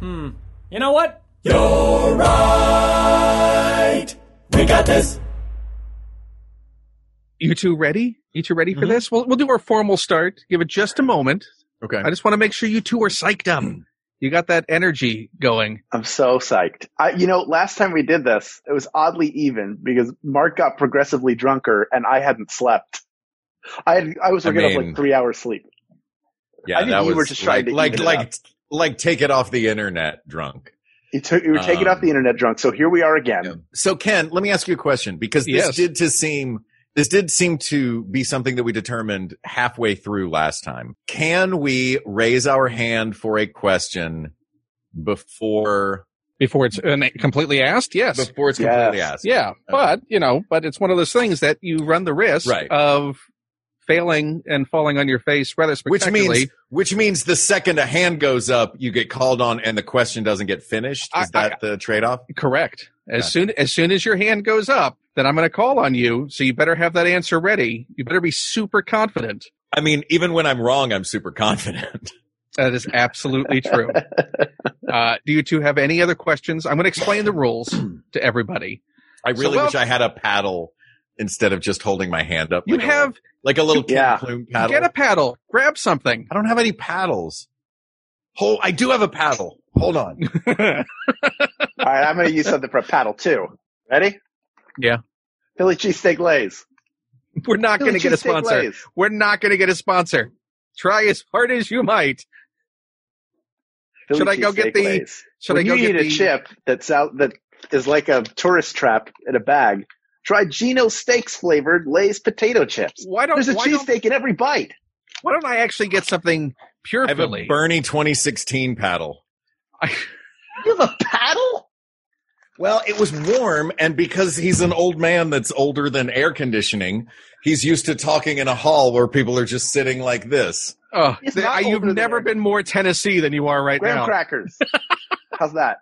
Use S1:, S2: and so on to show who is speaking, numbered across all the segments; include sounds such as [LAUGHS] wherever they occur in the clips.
S1: Hmm. You know what? You're right. We got this.
S2: You two ready? You two
S3: Mm-hmm.
S2: ready for this? We'll, we'll do our formal start. Give it just a moment.
S4: Okay.
S2: I just want to make sure you two are psyched up.
S3: Mm-hmm.
S2: You got that energy going.
S5: I'm so psyched. I, you know, last time we did this, it was oddly even because Mark got progressively drunker and I hadn't slept. I had, I was
S3: I
S5: waking up
S3: mean-
S5: like three hours sleep.
S3: Yeah,
S5: I think
S3: that
S5: you
S3: was
S5: were just trying
S3: like,
S5: to
S3: like,
S5: even it
S3: like,
S5: up.
S3: like, take it off the internet drunk.
S5: You took, you were taking
S3: Um,
S5: off the internet drunk. So here we are again.
S3: So, Ken, let me ask you a question because this
S2: Yes.
S3: did to seem this did seem to be something that we determined halfway through last time. Can we raise our hand for a question before
S2: Before it's uh, completely asked? Yes.
S3: before it's
S5: Yes.
S3: completely asked?
S2: Yeah, but you know, but it's one of those things that you run the risk
S3: Right.
S2: of failing and falling on your face rather
S3: Which
S2: spectacularly.
S3: means which means the second a hand goes up, you get called on, and the question doesn't get finished. Is
S2: I- I-
S3: that the trade off?
S2: correct. As
S3: Gotcha.
S2: soon as soon as your hand goes up, then I'm going to call on you. So you better have that answer ready. You better be super confident.
S3: I mean, even when I'm wrong, I'm super confident. [LAUGHS]
S2: That is absolutely
S5: [LAUGHS]
S2: true. uh, do you two have any other questions? I'm going to explain the
S5: [CLEARS THROAT]
S2: rules to everybody.
S3: I
S2: So,
S3: really
S2: well-
S3: wish I had a paddle instead of just holding my hand up.
S2: You
S3: like a-
S2: have
S3: like a little Ken
S5: Yeah.
S3: plume paddle.
S2: get a paddle, grab something.
S3: I don't have any paddles. Hold, I do have a paddle. Hold on. [LAUGHS]
S5: All right. I'm going to use something for a paddle too. Ready?
S2: Yeah.
S5: Philly cheesesteak lays.
S2: We're not
S5: Philly
S2: going to get a
S5: cheesesteak
S2: sponsor.
S5: lays.
S2: We're not going to get a sponsor. Try as hard as you might.
S5: Philly
S2: Should I go get
S5: cheesesteak
S2: the-
S5: lays.
S2: Should
S5: when
S2: I go
S5: you
S2: get
S5: eat
S2: the
S5: a chip that's out that is like a tourist trap in a bag, try Geno Steaks flavored Lay's potato chips.
S2: Why don't
S5: There's a
S2: why don't,
S5: cheesesteak in every bite.
S2: why don't I actually get something pure
S3: I have a
S2: Philly?
S3: Bernie 2016 paddle.
S5: You have a paddle?
S3: Well, it was warm, and because he's an old man that's older than air conditioning, he's used to talking in a hall where people are just sitting like this.
S2: [LAUGHS] Oh,
S5: It's
S2: th-
S5: not
S2: I- you've
S5: over
S2: never
S5: there.
S2: been more Tennessee than you are right
S5: graham
S2: now.
S5: crackers. How's that?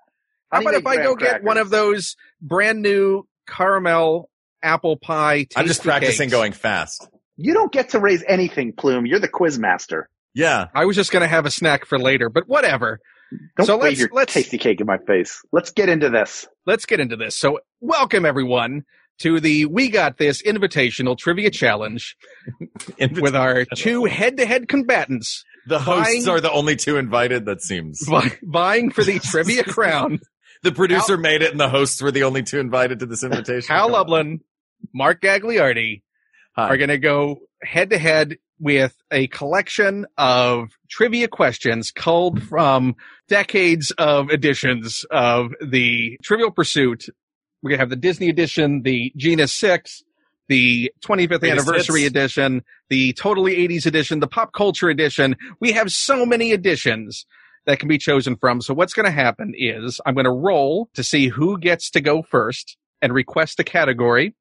S2: How about if I go get one of those brand new caramel apple pie?
S3: I'm just
S2: tasty
S3: practicing
S2: cakes?
S3: going fast.
S5: You don't get to raise anything, Plume. You're the quiz master.
S3: Yeah. [LAUGHS]
S2: I was just going to have a snack for later, but whatever.
S5: Don't
S2: So
S5: wave
S2: let's-
S5: your
S2: let's-
S5: tasty cake in my face. Let's get into this.
S2: let's get into this. So, welcome everyone to the We Got This Invitational Trivia Challenge with our two head-to-head combatants
S3: The hosts
S2: Buying-
S3: are the only two invited, that seems.
S2: vi- vying for the trivia crown.
S3: The producer made it, and the hosts were the only two invited to [LAUGHS] this invitation.
S2: Hal
S3: Come on.
S2: Lublin, Mark Gagliardi
S3: Hi.
S2: are going to go head-to-head with a collection of trivia questions culled from decades of editions of the Trivial Pursuit. We're going to have the Disney edition, the Genus 6, the 25th
S3: Greatest
S2: anniversary
S3: hits.
S2: edition, the totally 80s edition, the pop culture edition. We have so many editions that can be chosen from. So what's going to happen is I'm going to roll to see who gets to go first and request a category.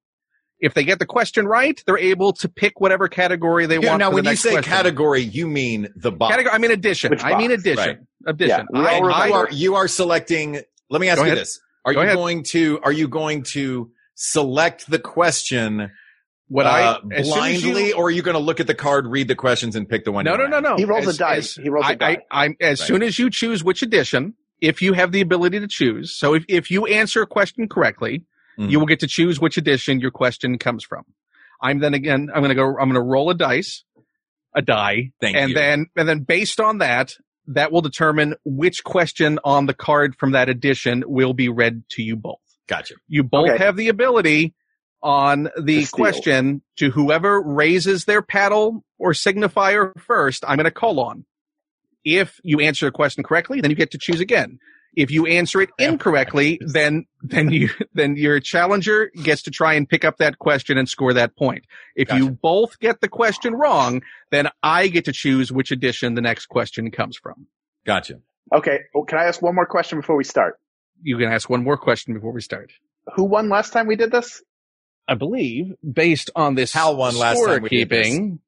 S2: If they get the question right, they're able to pick whatever category they
S3: Yeah,
S2: want.
S3: now,
S2: for the
S3: when you
S2: next
S3: say
S2: question.
S3: category, you mean the box.
S2: category, I mean addition.
S5: Which
S2: I mean
S5: box?
S2: addition.
S3: Right.
S2: Addition.
S5: Yeah, we
S2: I-
S5: all
S3: And
S5: remember-
S2: I-
S3: you are you are selecting. Let me ask
S2: Go
S3: you
S2: ahead.
S3: this: Are
S2: Go
S3: you
S2: ahead.
S3: going to are you going to select the question
S2: what
S3: uh,
S2: I as soon as you-
S3: blindly, or are you going to look at the card, read the questions, and pick the one?
S2: No,
S3: you
S2: no,
S3: want?
S2: no, no.
S5: He rolls
S2: Oh, As-
S5: a dice.
S2: as-
S5: He rolls a
S2: I,
S5: die.
S2: I, I'm as
S3: Right.
S2: soon as you choose which edition, if you have the ability to choose, so if, if you answer a question correctly,
S3: Mhm.
S2: you will get to choose which edition your question comes from. I'm then again, I'm going to go, I'm going to roll a dice, a die,
S3: Thank
S2: and
S3: you.
S2: then, and then based on that, that will determine which question on the card from that edition will be read to you both.
S3: Gotcha.
S2: You both
S5: Okay.
S2: have the ability on the
S5: To steal.
S2: question to whoever raises their paddle or signifier first, I'm going to call on. If you answer the question correctly, then you get to choose again. If you answer it incorrectly, then then you then your challenger gets to try and pick up that question and score that point. If you both get the question wrong, then I get to choose which edition the next question comes from.
S3: Gotcha.
S5: Okay. Well, can I ask one more question before we start?
S2: You can ask one more question before we start.
S5: Who won last time we did this?
S2: I believe, based on this
S3: Hal won last time we did this.
S2: scorekeeping,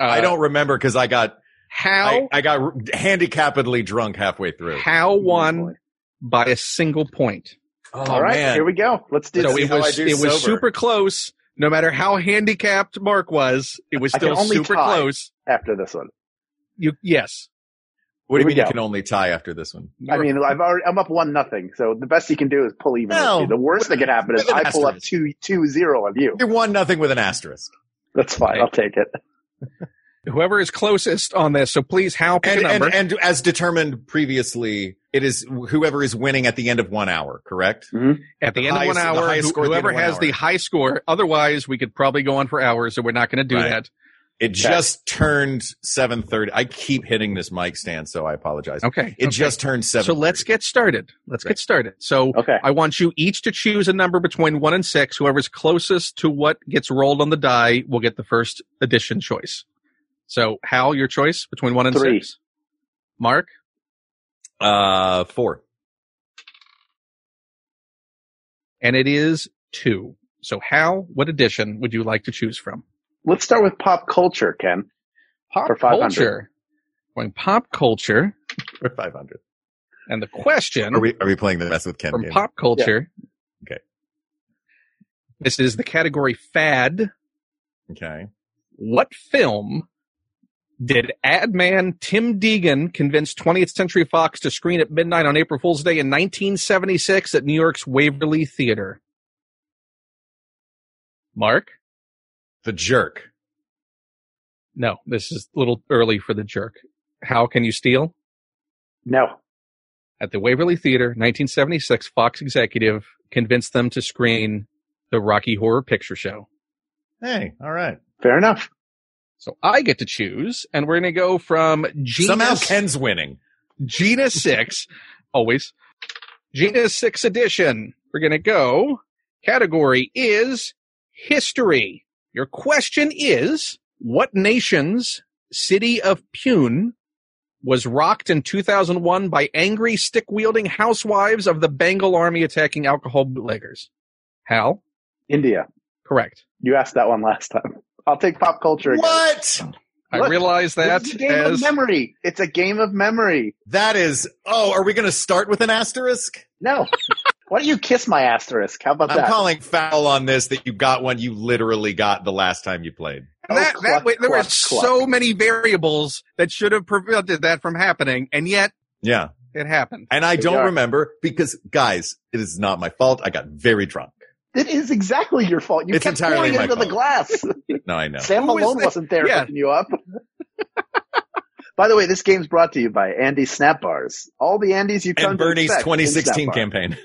S2: uh,
S3: I don't remember because I got I,
S2: Hal
S3: I got r- handicappedly drunk halfway through.
S2: Hal won by a single point.
S3: Oh,
S5: All right.
S3: man.
S5: Here we go. Let's do
S2: So
S5: this.
S3: see
S2: it
S3: how I
S2: was
S3: do
S2: it was
S3: sober.
S2: super close. No matter how handicapped Mark was, it was
S5: I can
S2: still
S5: only
S2: super
S5: tie.
S2: close.
S5: after this one.
S2: You yes.
S3: what do
S5: here
S3: you
S5: we
S3: mean you
S5: go.
S3: can only tie after this one?
S5: I mean, I've already, I'm up one nothing. So the best you can do is pull even.
S3: No.
S5: with you. The worst that could happen is
S3: With an
S5: I pull up
S3: asterisk.
S5: two two zero on you.
S3: You're one nothing with an asterisk.
S5: That's fine. I'll take it.
S2: whoever is closest on this. So please, Hal, pick
S3: And,
S2: a
S3: and
S2: number.
S3: and as determined previously, it is whoever is winning at the end of one hour, correct?
S2: at the end of one
S3: highest- the
S2: hour,
S3: highest
S2: who-
S3: score at the end
S2: whoever
S3: of one
S2: has the
S3: hour.
S2: high score. Otherwise, we could probably go on for hours, so we're not going to do
S3: Right.
S2: that.
S3: It just turned seven thirty. I keep hitting this mic stand, so I apologize.
S2: Okay.
S3: It
S2: okay.
S3: just turned seven.
S2: so let's get started. Let's
S3: Right.
S2: get started. So
S5: Okay.
S2: I want you each to choose a number between one and six. Whoever's closest to what gets rolled on the die will get the first addition choice. So, Hal, your choice between one and
S5: Three.
S2: six. Mark,
S3: uh four.
S2: and it is two. So, Hal, what addition would you like to choose from?
S5: Let's start with pop culture, Ken.
S2: Pop
S5: For 500.
S2: culture. Going pop culture,
S3: Or five hundred.
S2: and the question
S3: Are we are we playing the mess with Ken
S2: from
S3: game?
S2: pop culture.
S3: Okay.
S2: This is the category fad.
S3: okay.
S2: what film did ad man Tim Deegan convince 20th Century Fox to screen at midnight on April Fool's Day in 1976 at New York's Waverly Theater? Mark?
S3: The jerk.
S2: No, this is a little early for the jerk. How can you steal?
S5: No.
S2: At the Waverly Theater, 1976, Fox executive convinced them to screen the Rocky Horror Picture Show.
S3: Hey, all right.
S5: Fair enough.
S2: So I get to choose, and we're going to go from genius.
S3: Somehow Ken's winning.
S2: Gina 6, always. Gina 6 edition. We're going to go. Category is history. Your question is what nation's city of Pune was rocked in 2001 by angry stick wielding housewives of the Bengal army attacking alcohol bootleggers? Hal?
S5: India.
S2: Correct.
S5: You asked that one last time. I'll take pop culture. again.
S3: What?
S2: I
S5: Look,
S2: realize that
S5: This is a game of
S2: as
S5: memory. It's a game of memory.
S3: That is. Oh, are we going to start with an asterisk?
S5: [LAUGHS] No. Why don't you kiss my asterisk? How about
S3: I'm
S5: that?
S3: calling foul on this that you got one you literally got the last time you played.
S2: And that,
S5: Oh,
S2: that
S5: cluck,
S2: way, there were
S5: cluck,
S2: so many variables that should have prevented that from happening, and yet
S3: Yeah.
S2: it happened.
S3: And I
S5: They
S3: don't
S5: are.
S3: remember because guys, it is not my fault. I got very drunk.
S5: It is exactly your fault. You
S3: It's
S5: kept
S3: entirely
S5: pouring it
S3: my
S5: into the
S3: fault.
S5: glass.
S3: No, I know.
S5: Sam
S2: Who is
S5: Malone
S2: this?
S5: wasn't there
S2: Yeah.
S5: picking you up. [LAUGHS] by the way, this game's brought to you by Andy Snap Bars. All the Andys you come
S3: And
S5: to
S3: Bernie's
S5: expect
S3: 2016
S5: in Snap Bar.
S3: campaign.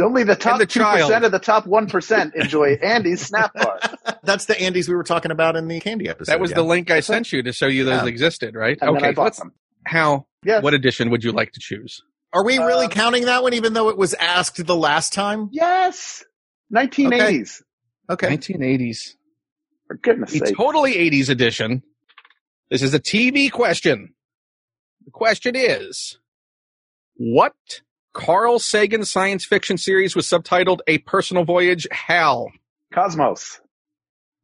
S3: [LAUGHS]
S5: Only the top
S2: the
S5: two percent
S2: child.
S5: of the top one percent enjoy Andy's
S2: [LAUGHS]
S5: Snap Bars.
S3: That's the Andes we were talking about in the candy episode.
S2: That was
S3: yeah.
S2: the link I sent you to show you those
S3: Yeah.
S2: existed, right?
S5: And then I
S2: okay,
S5: bought
S2: let's.
S5: them.
S2: How?
S5: Yes.
S2: What edition would you like to choose?
S3: Are we really
S5: Um,
S3: counting that one, even though it was asked the last time?
S5: Yes, 1980s.
S3: Okay.
S2: 1980s.
S5: For goodness'
S2: The
S5: sake.
S2: totally 80s edition. This is a TV question. The question is, what Carl Sagan science fiction series was subtitled "A Personal Voyage"? Hal.
S5: Cosmos.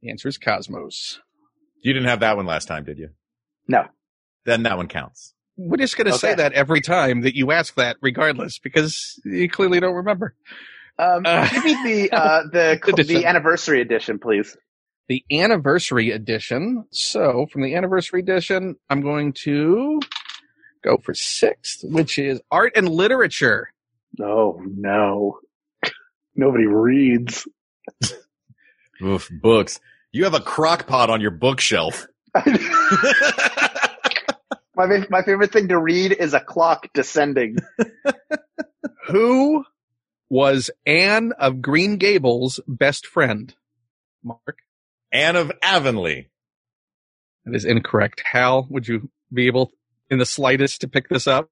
S2: The answer is Cosmos.
S3: You didn't have that one last time, did you?
S5: No.
S3: Then that one counts.
S2: We're just going to say
S5: Okay.
S2: that every time that you ask that, regardless, because you clearly don't remember.
S5: Um,
S2: Uh,
S5: give me the uh, the
S2: Good
S5: the,
S2: decision.
S5: anniversary edition, please.
S2: the anniversary edition. So from the anniversary edition, I'm going to go for sixth, which is art and literature.
S5: Oh no, nobody reads.
S3: Oof, books. You have a crock pot on your bookshelf.
S5: my fa- my favorite thing to read is a clock descending.
S2: Who was Anne of Green Gables' best friend? Mark,
S3: Anne of Avonlea.
S2: that is incorrect. Hal, would you be able in the slightest to pick this up?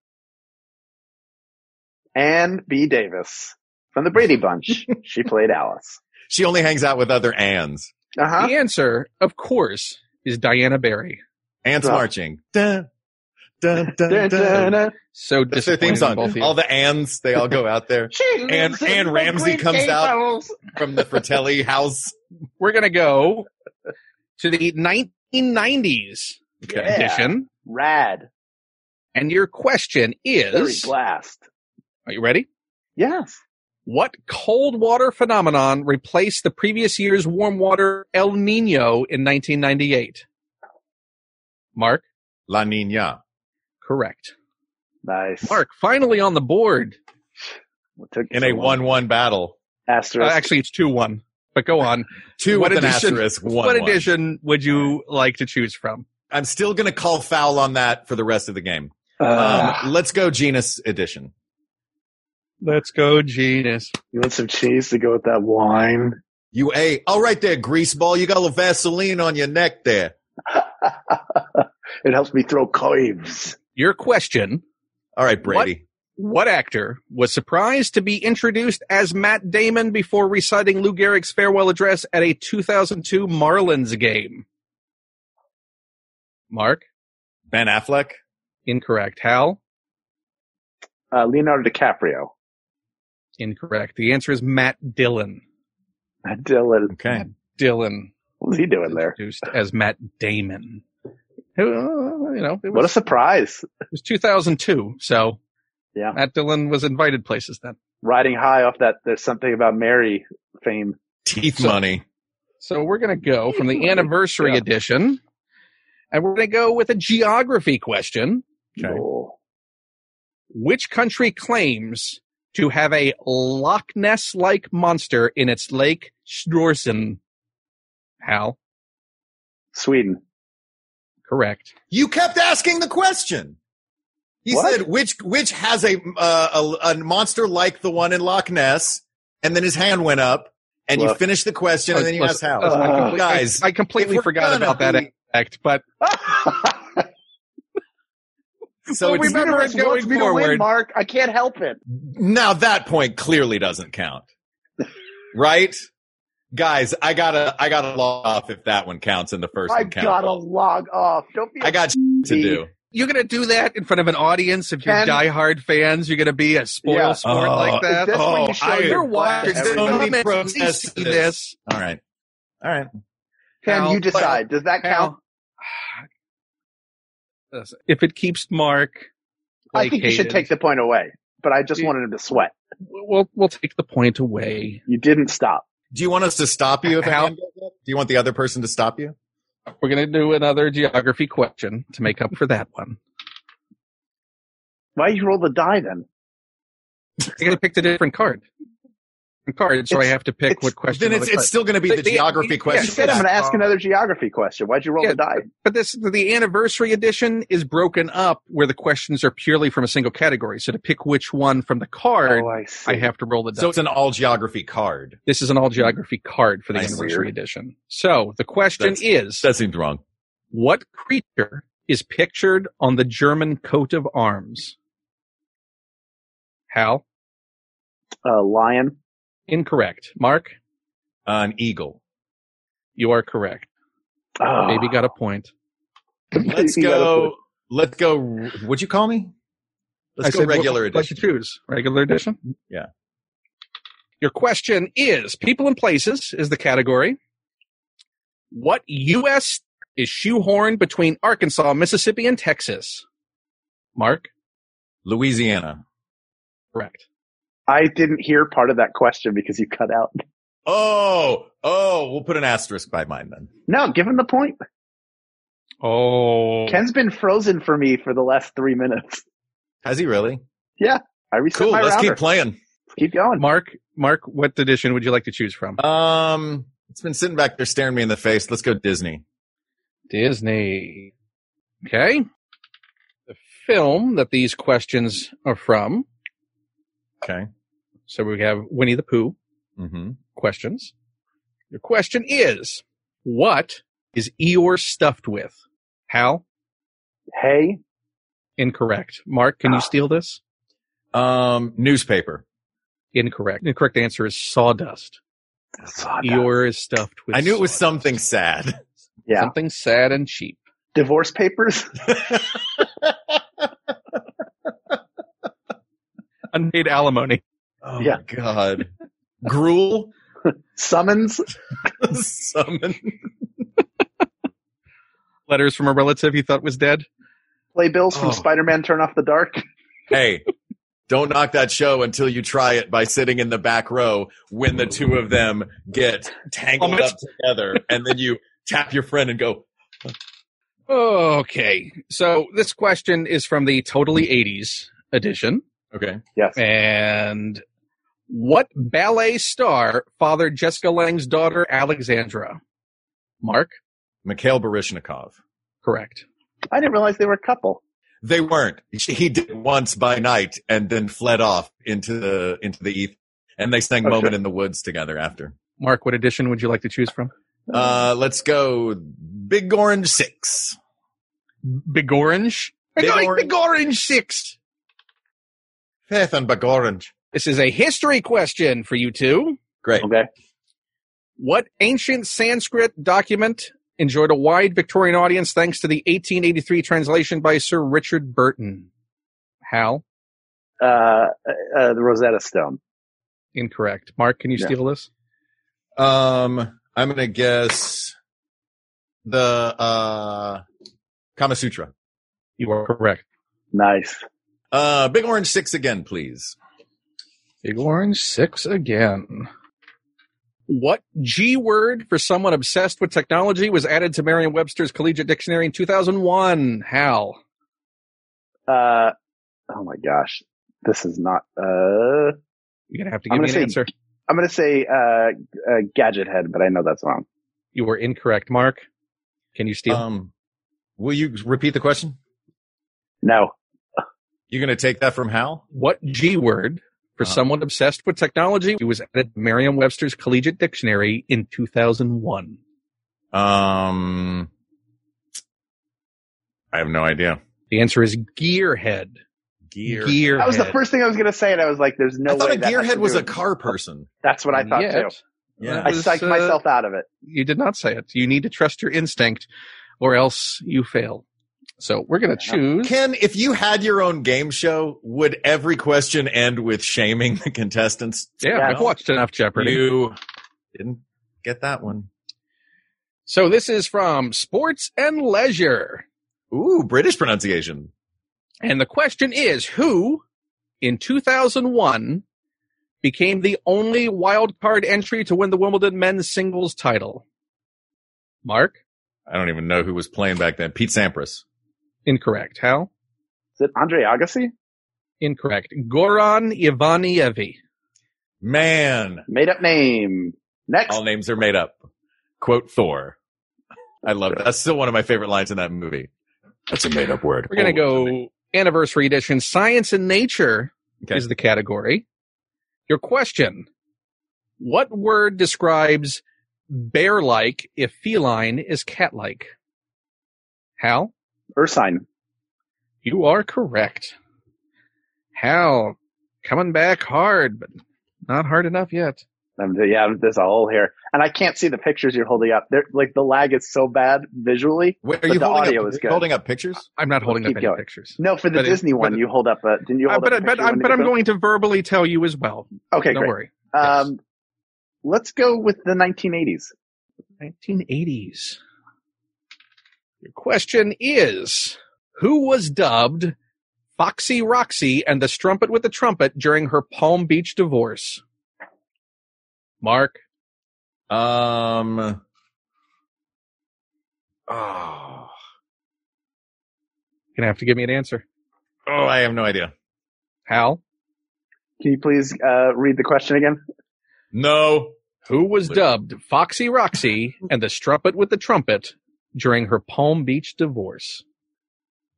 S5: Anne B. Davis from the Brady Bunch. she played Alice.
S3: She only hangs out with other Anns.
S5: Uh huh.
S2: The answer, of course, is Diana Barry.
S3: Ants
S5: Right.
S3: marching. Dun, Dun, dun,
S5: Dun, dun, dun.
S2: So
S3: That's their theme
S2: disappointed in
S3: song.
S2: both of you.
S3: All the ands, they all go out [LAUGHS] there And- lives in and the Ramsey Great comes out. from the Fratelli house.
S2: We're gonna go to the 1990s
S5: Yeah.
S2: edition,
S5: Rad.
S2: and your question
S5: Very
S2: is:
S5: blast.
S2: Are you ready?
S5: Yes.
S2: What cold water phenomenon replaced the previous year's warm water El Nino in 1998? Mark,
S3: La Nina.
S2: correct.
S5: Nice.
S2: Mark, finally on the board.
S5: What took you
S3: In
S5: so
S3: a
S5: long?
S3: one-one battle.
S2: Uh,
S5: asterisk.
S2: actually, it's 2 1, but go on.
S3: Two
S2: What
S3: with an
S2: edition-
S3: asterisk. [LAUGHS] One.
S2: what
S3: one.
S2: edition would you like to choose from?
S3: I'm still going to call foul on that for the rest of the game. Um,
S5: Uh,
S3: let's go genus edition.
S2: Let's go, Genus.
S5: you want some cheese to go with that wine? [LAUGHS]
S3: You a all right there, greaseball. You got a little Vaseline on your neck there.
S5: it helps me throw coins.
S2: Your question
S3: All right, Brady.
S2: What actor was surprised to be introduced as Matt Damon before reciting Lou Gehrig's farewell address at a 2002 Marlins game? Mark,
S3: Ben Affleck.
S2: incorrect. Hal,
S5: Uh, Leonardo DiCaprio. [LAUGHS]
S2: incorrect. The answer is Matt Dillon.
S5: Dylan.
S3: Okay.
S2: Dillon
S5: What was he doing there?
S2: introduced as Matt Damon. Who, uh, You know, it
S5: What a
S2: was,
S5: surprise.
S2: it was 2002, so
S5: Yeah.
S2: Matt Dillon was invited places then.
S5: Riding high off that there's something about Mary fame.
S3: Teeth
S2: So-
S3: money.
S2: So we're going to go
S5: [LAUGHS]
S2: from the anniversary edition, and we're going to go with a geography question.
S3: Okay.
S5: Oh.
S2: Which country claims to have a Loch Ness like monster in its lake Strorsen? Hal,
S5: Sweden. [LAUGHS]
S2: correct.
S3: You kept asking the question. He
S5: What?
S3: said, "Which which has a, uh, a a monster like the one in Loch Ness?" And then his hand went up, and you
S5: Look.
S3: finished the question, and then you
S2: Let's-
S3: asked how.
S2: let's not
S5: Uh,
S2: complete- I-
S3: guys,
S2: I,
S3: if
S2: completely
S3: we're
S2: forgot
S3: gonna
S2: about that
S3: be-
S2: aspect, but
S3: so
S2: Well,
S3: it's-
S2: we remember it going forward.
S5: Mark. I can't help it.
S3: now that point clearly doesn't count, right? Guys, I gotta I gotta log off if that one counts in the first
S5: I
S3: one count.
S5: gotta log off. Don't be.
S3: I got to do.
S2: you're going to do that in front of an audience if you're
S5: Ken-
S2: diehard fans. You're going to be a spoil
S5: Yeah.
S2: sport
S3: Oh,
S2: like
S5: Is
S2: that.
S5: this when
S3: Oh,
S5: you show
S3: I-
S5: your
S2: You're
S5: flag
S2: watching
S5: and
S3: There's so
S5: everything?
S3: many
S2: comments.
S3: protests
S2: see
S3: to
S2: this.
S3: All right, all right.
S5: Ken,
S2: Hal,
S5: you decide. Does that count?
S2: Hal. If it keeps Mark,
S5: I think you should take the point away. But I just wanted him to sweat.
S2: We'll we'll take the point away.
S5: You didn't stop.
S3: Do you want us to stop you if a
S2: How-
S3: hand goes up? Do you want the other person to stop you?
S2: We're gonna do another geography question to make up for that one.
S5: Why you roll the die then?
S2: I gotta pick a different card. Different card, so I
S5: It's-
S2: have to pick
S5: it's-
S2: what question.
S3: Then it's,
S2: on the
S3: it's still going to be
S2: The-
S3: the,
S2: the-
S3: geography
S2: yeah,
S5: You
S3: question.
S5: said I'm going to ask
S2: Uh,
S5: another geography question. Why'd you roll
S2: yeah,
S5: the die?
S2: But this the anniversary edition is broken up where the questions are purely from a single category. So to pick which one from the card,
S5: Oh, I see.
S2: I have to roll the dice.
S3: so it's an all geography card.
S2: this is an all geography card for the
S3: I see.
S2: anniversary edition. So the question
S3: That's-
S2: is
S3: That seems wrong.
S2: What creature is pictured on the German coat of arms? Hal,
S5: uh, lion.
S2: incorrect. Mark,
S3: Uh, an eagle.
S2: you are correct.
S5: Oh, [LAUGHS]
S2: Maybe
S3: Ah.
S2: got a point.
S3: Let's
S5: You gotta
S3: go. Let's go. Would you call me? Let's
S2: I
S3: go
S2: said,
S3: regular
S2: what- what
S3: edition.
S2: you choose? Regular edition?
S3: Yeah.
S2: Your question is People and Places is the category. What U.S. is shoehorned between Arkansas, Mississippi, and Texas? Mark,
S3: Louisiana.
S2: correct.
S5: I didn't hear part of that question because you cut out.
S3: Oh, oh, we'll put an asterisk by mine then.
S5: No, give him the point.
S2: Oh.
S5: Ken's been frozen for me for the last three minutes.
S3: Has he really?
S5: I reset
S3: Cool.
S5: my
S3: Let's
S5: router.
S3: keep playing.
S5: Keep going.
S2: Mark, Mark, what edition would you like to choose from?
S3: Um, it's been sitting back there staring me in the face. Let's go Disney.
S2: Disney. Okay. The film that these questions are from.
S3: Okay.
S2: So we have Winnie the Pooh
S3: Mm-hmm.
S2: questions. Your question is, what is Eeyore stuffed with? Hal,
S5: Hey,
S2: incorrect. Mark, can
S5: Ah.
S2: you steal this?
S3: Um, newspaper.
S2: Incorrect. The correct answer is sawdust. Eeyore is stuffed with
S3: I knew it was
S2: sawdust.
S3: something sad.
S5: Yeah.
S2: something sad and cheap.
S5: Divorce papers?
S2: unpaid alimony.
S3: Oh
S5: Yeah.
S3: my [LAUGHS] god. Gruel
S5: [LAUGHS]
S3: [LAUGHS]
S5: Summons.
S3: summon.
S2: Letters from a relative you thought was dead.
S5: Play bills from
S2: Oh.
S5: Spider-Man. Turn off the dark.
S3: Hey, don't knock that show until you try it by sitting in the back row when the two of them get tangled
S2: Plummet.
S3: up together and then you tap your friend and go,
S2: Okay. So this question is from the Totally 80s edition.
S3: okay.
S5: Yes.
S2: And what ballet star fathered Jessica Lang's daughter, Alexandra? Mark?
S3: Mikhail Baryshnikov.
S2: Correct.
S5: I didn't realize they were a couple.
S3: They weren't. He did once by night and then fled off into the into the ether. And they sang
S5: Oh,
S3: "Moment
S5: sure.
S3: in the Woods" together after.
S2: Mark, what edition would you like to choose from?
S3: Uh, let's go, Big Orange Six.
S2: Big Orange?
S3: Big
S2: Big,
S3: Orange.
S2: Big Orange 6.
S3: Fifth and Big Orange.
S2: This is a history question for you two.
S3: Great.
S5: Okay.
S2: What ancient Sanskrit document enjoyed a wide Victorian audience thanks to the 1883 translation by Sir Richard Burton? Hal?
S5: Uh, uh, the Rosetta Stone.
S2: Incorrect. Mark, can you
S5: Yeah.
S2: steal this?
S3: Um, I'm gonna guess the uh Kama Sutra.
S2: You are correct.
S5: Nice.
S3: Uh, Big Orange Six again, please.
S2: Big Orange 6 again. What G word for someone obsessed with technology was added to Merriam Webster's Collegiate Dictionary in 2001? Hal?
S5: Uh, oh my gosh. This is not, uh,
S2: You're going to have to
S5: I'm
S2: give me an
S5: gonna say-
S2: answer.
S5: I'm going to say, uh, uh, gadget head, but I know that's wrong.
S2: You were incorrect, Mark. Can you steal?
S3: Um, will you repeat the question?
S5: No.
S3: You're gonna take that from Hal?
S2: what G word
S5: uh,
S2: for
S3: Uh-huh.
S2: someone obsessed with technology was added to Merriam Webster's Collegiate Dictionary in 2001?
S3: Um, I have no idea.
S2: The answer is gearhead.
S3: Gear.
S2: Gearhead.
S5: That was the first thing I was going to say, and I was like, there's no
S3: I thought
S5: way
S3: a
S5: that has
S3: gearhead
S5: to
S3: was
S5: do
S3: a
S5: with-
S3: car person.
S5: That's what I thought
S2: Yet,
S5: too.
S3: Yeah.
S5: I
S2: was,
S5: psyched
S2: uh,
S5: myself out of it.
S2: You did not say it. You need to trust your instinct or else you fail. So we're going to choose.
S3: Ken, if you had your own game show, would every question end with shaming the contestants?
S2: yeah,
S5: Yeah.
S2: I've watched enough Jeopardy.
S3: You didn't get that one.
S2: So this is from Sports and Leisure.
S3: Ooh, British pronunciation.
S2: And the question is who in 2001 became the only wild card entry to win the Wimbledon men's singles title? Mark?
S3: I don't even know who was playing back then. Pete Sampras.
S2: Incorrect. Hal?
S5: Is it Andre Agassi?
S2: Incorrect. Goran Ivaniyevi.
S3: Man,
S5: Made up name. Next.
S3: all names are made up. Quote Thor. I love that. That's still one of my favorite lines in that movie. That's a made up word.
S2: We're going to go anniversary edition. Science and Nature
S3: Okay.
S2: is the category. Your question. What word describes bear-like if feline is cat-like? Hal? Oh.
S5: Ursine.
S2: You are correct. Hal coming back hard, but not hard enough yet.
S5: I'm, Um, yeah, there's a hole here. And I can't see the pictures you're holding up. They're, like, the lag is so bad visually.
S3: Wait, are
S5: But
S3: you
S5: the
S3: holding
S5: audio
S3: up,
S5: is
S3: are you
S5: good.
S3: holding up pictures?
S2: I'm not holding up
S5: Keep
S2: any
S5: going.
S2: pictures.
S5: No, for the
S2: But it-
S5: Disney one,
S2: but it-
S5: you hold up a, didn't you
S2: Uh,
S5: hold
S2: but I-
S5: up a
S2: but,
S5: picture
S2: I'm,
S5: when
S2: but
S5: you
S2: I'm
S5: did
S2: going to verbally tell you as well.
S5: that? Okay,
S2: Don't
S5: great.
S2: worry. yes.
S5: Um, let's go with the 1980s.
S2: 1980s. Your question is Who was dubbed Foxy Roxy and the Strumpet with the Trumpet during her Palm Beach divorce? Mark,
S3: Um. Oh,
S2: you're going to have to give me an answer.
S3: oh, I have no idea.
S2: Hal?
S5: Can you please uh, read the question again?
S3: No.
S2: who was
S3: Lou.
S2: dubbed Foxy Roxy and the Strumpet with the Trumpet during her Palm Beach divorce.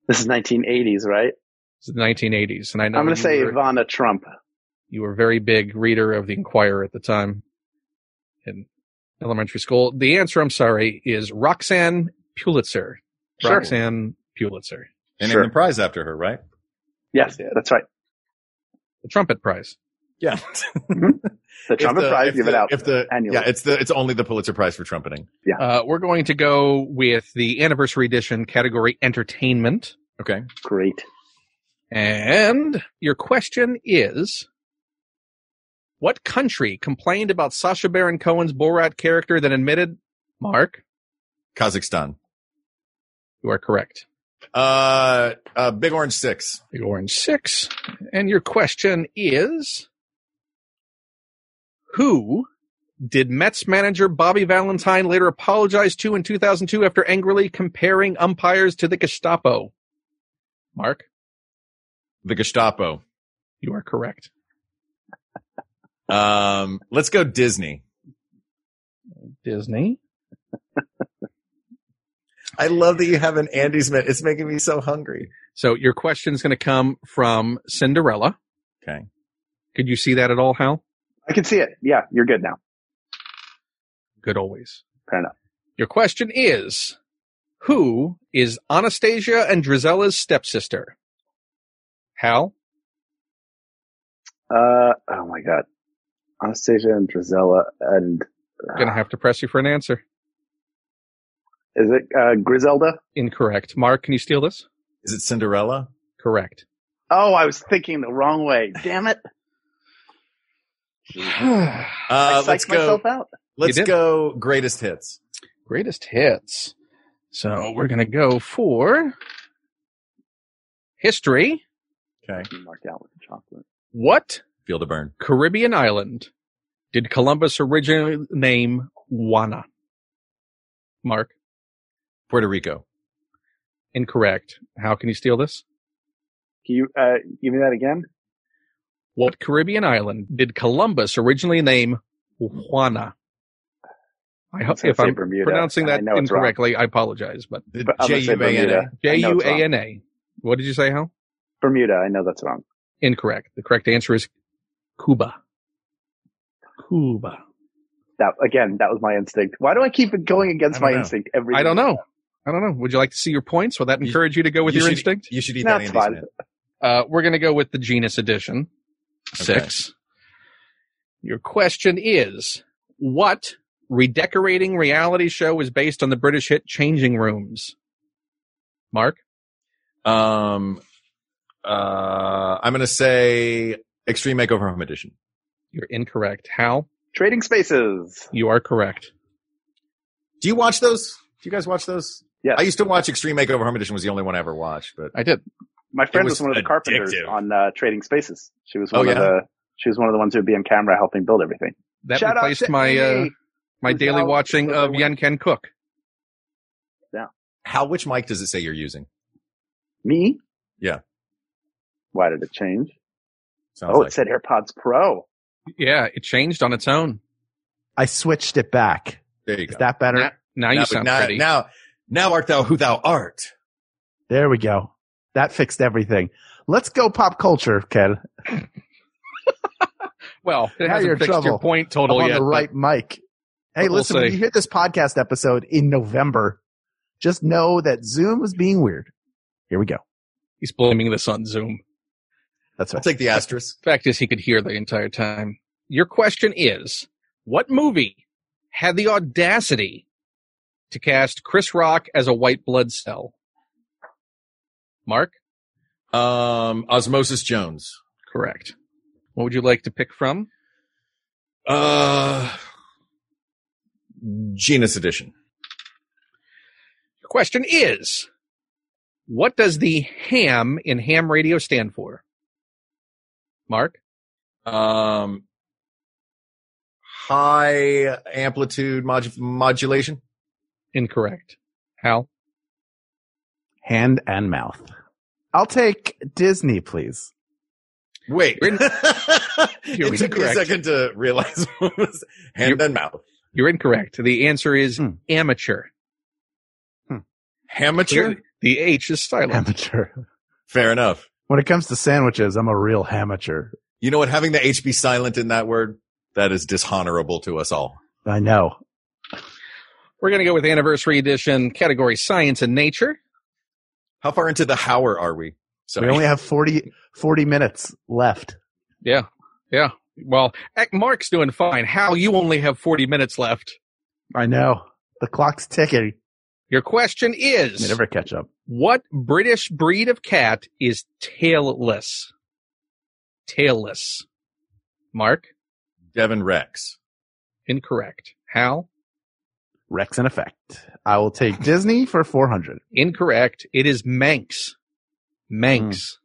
S5: This is 1980s, right?
S2: It's the 1980s, and I know
S5: I'm going
S2: you
S5: to say
S2: were,
S5: Ivana Trump.
S2: you were a very big reader of the Inquirer at the time in elementary school. The answer, I'm sorry, is Roxanne Pulitzer.
S5: Sure.
S2: Roxanne Pulitzer,
S3: And
S5: Sure.
S3: named the prize after her, right?
S5: Yes, that's right.
S2: the Trumpet Prize.
S3: [LAUGHS] Yeah.
S5: The Trumpet Prize, give it out.
S3: If the
S5: annually.
S3: yeah, it's the it's only the Pulitzer Prize for trumpeting.
S2: Uh, we're going to go with the anniversary edition category entertainment.
S3: Okay.
S5: Great.
S2: And your question is What country complained about Sasha Baron Cohen's Borat character then admitted, Mark,
S3: Kazakhstan.
S2: you are correct.
S3: Uh, uh, Big Orange Six.
S2: The orange six. And your question is Who did Mets manager Bobby Valentine later apologize to in 2002 after angrily comparing umpires to the Gestapo? Mark,
S3: The Gestapo.
S2: you are correct.
S3: Um, let's go Disney.
S2: Disney.
S3: I love that you have an Andy's mint. It's making me so hungry.
S2: So your question is going to come from Cinderella.
S3: Okay.
S2: Could you see that at all, Hal?
S5: I can see it. Yeah, you're good now.
S2: Good always.
S5: Fair enough.
S2: Your question is, who is Anastasia and Drizella's stepsister? Hal?
S5: Uh, oh my God. Anastasia and Drizella and
S2: I'm going to have to press you for an answer.
S5: is it uh, Griselda?
S2: Incorrect. Mark, can you steal this?
S3: Is it Cinderella?
S2: Correct.
S5: Oh, I was thinking the wrong way. Damn it. I
S3: Uh,
S5: psyched
S3: let's go.
S5: myself out.
S3: Let's
S2: You did.
S3: go. Greatest hits.
S2: Greatest hits. So we're going to go for history.
S3: Okay.
S5: Mark out with the chocolate.
S2: What
S3: Feel to burn.
S2: Caribbean island did Columbus originally name Juana? Mark,
S3: Puerto Rico.
S2: incorrect. How can you steal this?
S5: Can you uh, give me that again?
S2: What Caribbean island did Columbus originally name Juana? I
S5: I
S2: hope
S5: was gonna
S2: if
S5: say
S2: I'm
S5: Bermuda,
S2: pronouncing
S5: and I
S2: that
S5: know it's wrong.
S2: incorrectly, I apologize, but
S3: The
S5: But I'm gonna say
S3: J-U-A-N-A.
S5: Bermuda. I
S2: J
S5: know
S2: U
S5: it's wrong.
S2: A N A. What did you say, Hal?
S5: Bermuda. I know that's wrong.
S2: Incorrect. The correct answer is Cuba. Cuba.
S5: That again, that was my instinct. Why do I keep going
S3: I
S5: against
S3: don't
S5: my
S3: know.
S5: instinct every?
S2: I don't know. I don't know. Would you like to see your points? Will that
S3: You-
S2: encourage you to go with
S3: You
S2: your
S3: should-
S2: instinct?
S3: You should eat
S5: That's
S3: that
S5: fine.
S3: Andy's mint.
S2: Uh, we're going to go with the genus edition. Six. Your question is what redecorating reality show is based on the British hit Changing Rooms? Mark,
S3: Um, uh, I'm going to say Extreme Makeover Home Edition.
S2: you're incorrect. Hal,
S5: Trading spaces.
S2: you are correct.
S3: Do you watch those? Do you guys watch those?
S5: Yes.
S3: I used to watch Extreme Makeover Home Edition was the only one I ever watched, but
S2: I did.
S5: My friend
S3: was
S5: was, one of the carpenters
S3: addictive.
S5: on uh, Trading Spaces. She was
S3: Oh,
S5: one of
S3: yeah?
S5: the. She was one of the ones who would be on camera helping build everything.
S2: That
S5: Shout out
S2: replaced
S5: to
S2: my uh,
S5: Amy.
S2: my
S5: who's
S2: daily
S5: now
S2: watching
S5: the
S2: of
S5: winner.
S2: Yen Ken Cook.
S3: how, which mic does it say you're using?
S5: Me?
S3: Yeah.
S5: Why did it change?
S3: Sounds
S5: Oh,
S3: like
S5: it said AirPods Pro.
S2: Yeah, it changed on its own.
S6: I switched it back.
S3: there you
S6: Is
S3: go.
S6: that better?
S2: Now, now you
S3: now,
S2: sound
S3: now,
S2: pretty.
S3: now, now art thou who thou art.
S6: There we go. That fixed everything. Let's go pop culture, Ken.
S2: well, it
S6: now
S2: hasn't
S6: you're in
S2: fixed your
S6: trouble.
S2: point
S6: I'm
S2: total
S6: on
S2: yet.
S6: the
S2: but
S6: right mic. Hey,
S2: but we'll
S6: listen, when
S2: see.
S6: you hear this podcast episode in November, just know that Zoom is being weird. Here we go.
S2: He's blaming this on Zoom.
S6: That's
S3: I'll
S6: right.
S3: take the asterisk.
S2: Fact is, he could hear the entire time. Your question is, what movie had the audacity to cast Chris Rock as a white blood cell? Mark,
S3: Um, Osmosis Jones.
S2: correct. What would you like to pick from?
S3: Uh, genus edition.
S2: Your question is, what does the ham in ham radio stand for? Mark,
S3: Um, high amplitude mod- modulation.
S2: incorrect. Hal,
S6: Hand and mouth. I'll take Disney, please.
S3: Wait,
S2: You're in-
S3: it took me a
S2: incorrect.
S3: second to realize [LAUGHS] what was hand and mouth.
S2: you're incorrect. The answer is
S6: Hmm.
S2: amateur.
S3: Amateur.
S2: The H is silent.
S6: Amateur.
S3: Fair enough.
S6: When it comes to sandwiches, I'm a real amateur.
S3: You know what? Having the H be silent in that word that is dishonorable to us all.
S6: I know.
S2: We're going to go with anniversary edition category science and nature.
S3: How far into the hour are we? Sorry.
S6: We only have 40, 40 minutes left.
S2: Well, heck, Mark's doing fine. Hal, you only have 40 minutes left.
S6: I know. The clock's ticking.
S2: Your question
S6: They
S2: is
S6: never catch up.
S2: What British breed of cat is tailless? Tailless. Mark,
S3: Devin Rex.
S2: incorrect. Hal,
S6: Rex in effect. I will take Disney for 400.
S2: incorrect. It is Manx. Manx.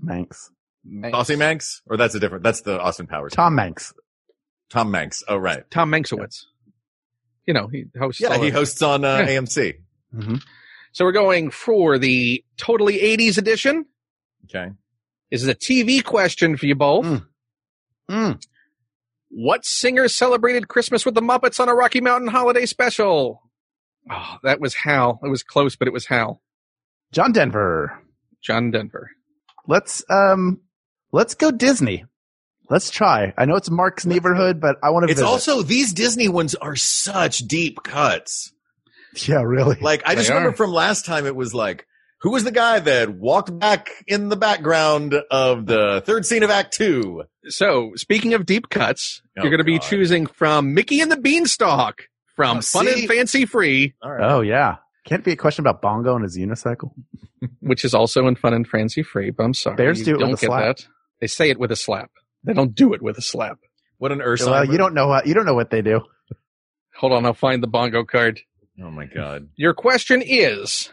S6: Manx.
S2: Manx.
S3: Aussie Manx? Or that's a different, that's the Austin Powers. Tom,
S6: Tom Manx. [LAUGHS]
S3: Manx. Oh, right.
S2: Tom Mankiewicz. You know, he hosts.
S3: Yeah,
S2: all
S3: he
S2: of-
S3: hosts on uh,
S2: Yeah.
S3: AMC.
S2: so we're going for the totally 80s edition.
S3: Okay.
S2: This is a TV question for you both.
S6: Mm. Mm.
S2: What singer celebrated Christmas with the Muppets on a Rocky Mountain holiday special? Oh, that was Hal. It was close, but it was Hal.
S6: John Denver.
S2: John Denver.
S6: Let's, um, let's go Disney. Let's try. I know it's Mark's neighborhood, but I want to
S3: It's
S6: visit.
S3: also, these Disney ones are such deep cuts.
S6: yeah, really.
S3: Like, I
S2: They
S3: just remember
S2: are.
S3: from last time it was like, who was the guy that walked back in the background of the third scene of Act Two?
S2: So, speaking of deep cuts,
S3: Oh,
S2: you're going to be
S3: God.
S2: choosing from Mickey and the Beanstalk from
S3: Oh,
S2: Fun and
S3: see?
S2: Fancy Free,
S3: All right.
S6: oh yeah. Can't be a question about Bongo and his unicycle.
S2: which is also in Fun and Fancy Free, but I'm sorry.
S6: Bears
S2: you
S6: do it with
S2: don't
S6: a
S2: get
S6: slap.
S2: that. They say it with a slap. They don't do it with a slap.
S3: What an Ursula.
S6: Oh. Well, you don't know what, you don't know what they do.
S2: Hold on, I'll find the bongo card.
S3: Oh my God.
S2: Your question is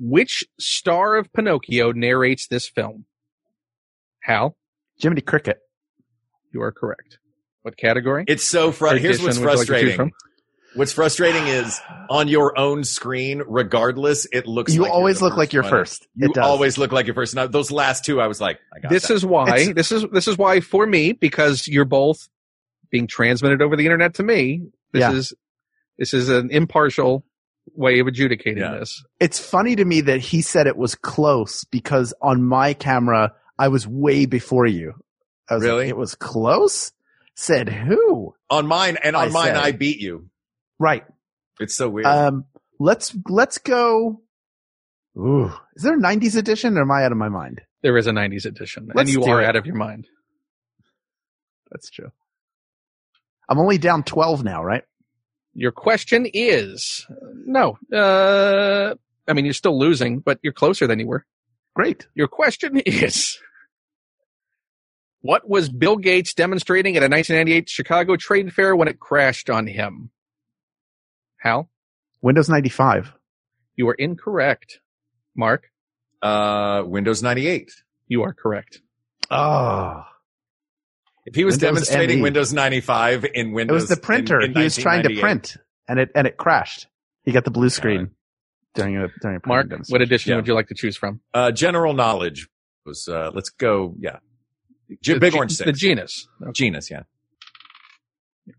S2: Which star of Pinocchio narrates this film? Hal,
S6: Jiminy Cricket.
S2: you are correct. What category?
S3: It's so
S2: Or
S3: frustrating. Here's
S2: edition
S3: what's
S2: would you like to choose
S3: frustrating.
S2: from?
S3: What's frustrating is on your own screen, regardless, it looks
S6: you
S3: like you're
S6: always
S3: the
S6: look like you're
S3: one.
S6: first.
S3: You
S6: it does.
S3: always look like you're first. Now, those last two, I was like, I got
S2: This
S3: that.
S2: is why.
S3: It's-
S2: This is this is why for me because you're both being transmitted over the internet to me. This
S6: Yeah.
S2: is this is an impartial way of adjudicating
S3: Yeah.
S2: this.
S6: it's funny to me that he said it was close because on my camera I was way before you. I was like,
S3: Really?
S6: it was close. Said who?
S3: on mine, and on
S6: I
S3: mine,
S6: said.
S3: I beat you.
S6: Right.
S3: It's so weird.
S6: Um. Let's let's go. Ooh, is there a '90s edition? Or am I out of my mind?
S2: There is a 90s edition
S6: Let's
S2: and you
S6: do
S2: are
S6: it.
S2: out of your mind.
S6: That's true. I'm only down 12 now, right?
S2: Your question is no. Uh I mean you're still losing, but you're closer than you were.
S6: Great.
S2: Your question [LAUGHS] is What was Bill Gates demonstrating at a 1998 Chicago trade fair when it crashed on him? Hal,
S6: Windows 95.
S2: you are incorrect. Mark,
S3: uh, Windows 98.
S2: you are correct.
S6: Oh,
S3: If he was
S6: Windows
S3: demonstrating
S6: ME.
S3: Windows 95 in
S6: it
S3: Windows,
S6: was the printer.
S3: in- in
S6: he was trying to
S3: 1998.
S6: print, and it and it crashed. He got the blue screen during a during a printing
S2: Mark,
S6: demonstration.
S2: what edition
S3: Yeah.
S2: would you like to choose from?
S3: Uh, general knowledge was. Uh, let's go. Yeah, G-
S2: The
S3: Big
S2: ge-
S3: Orange Six.
S2: The genus.
S3: Genus. Yeah.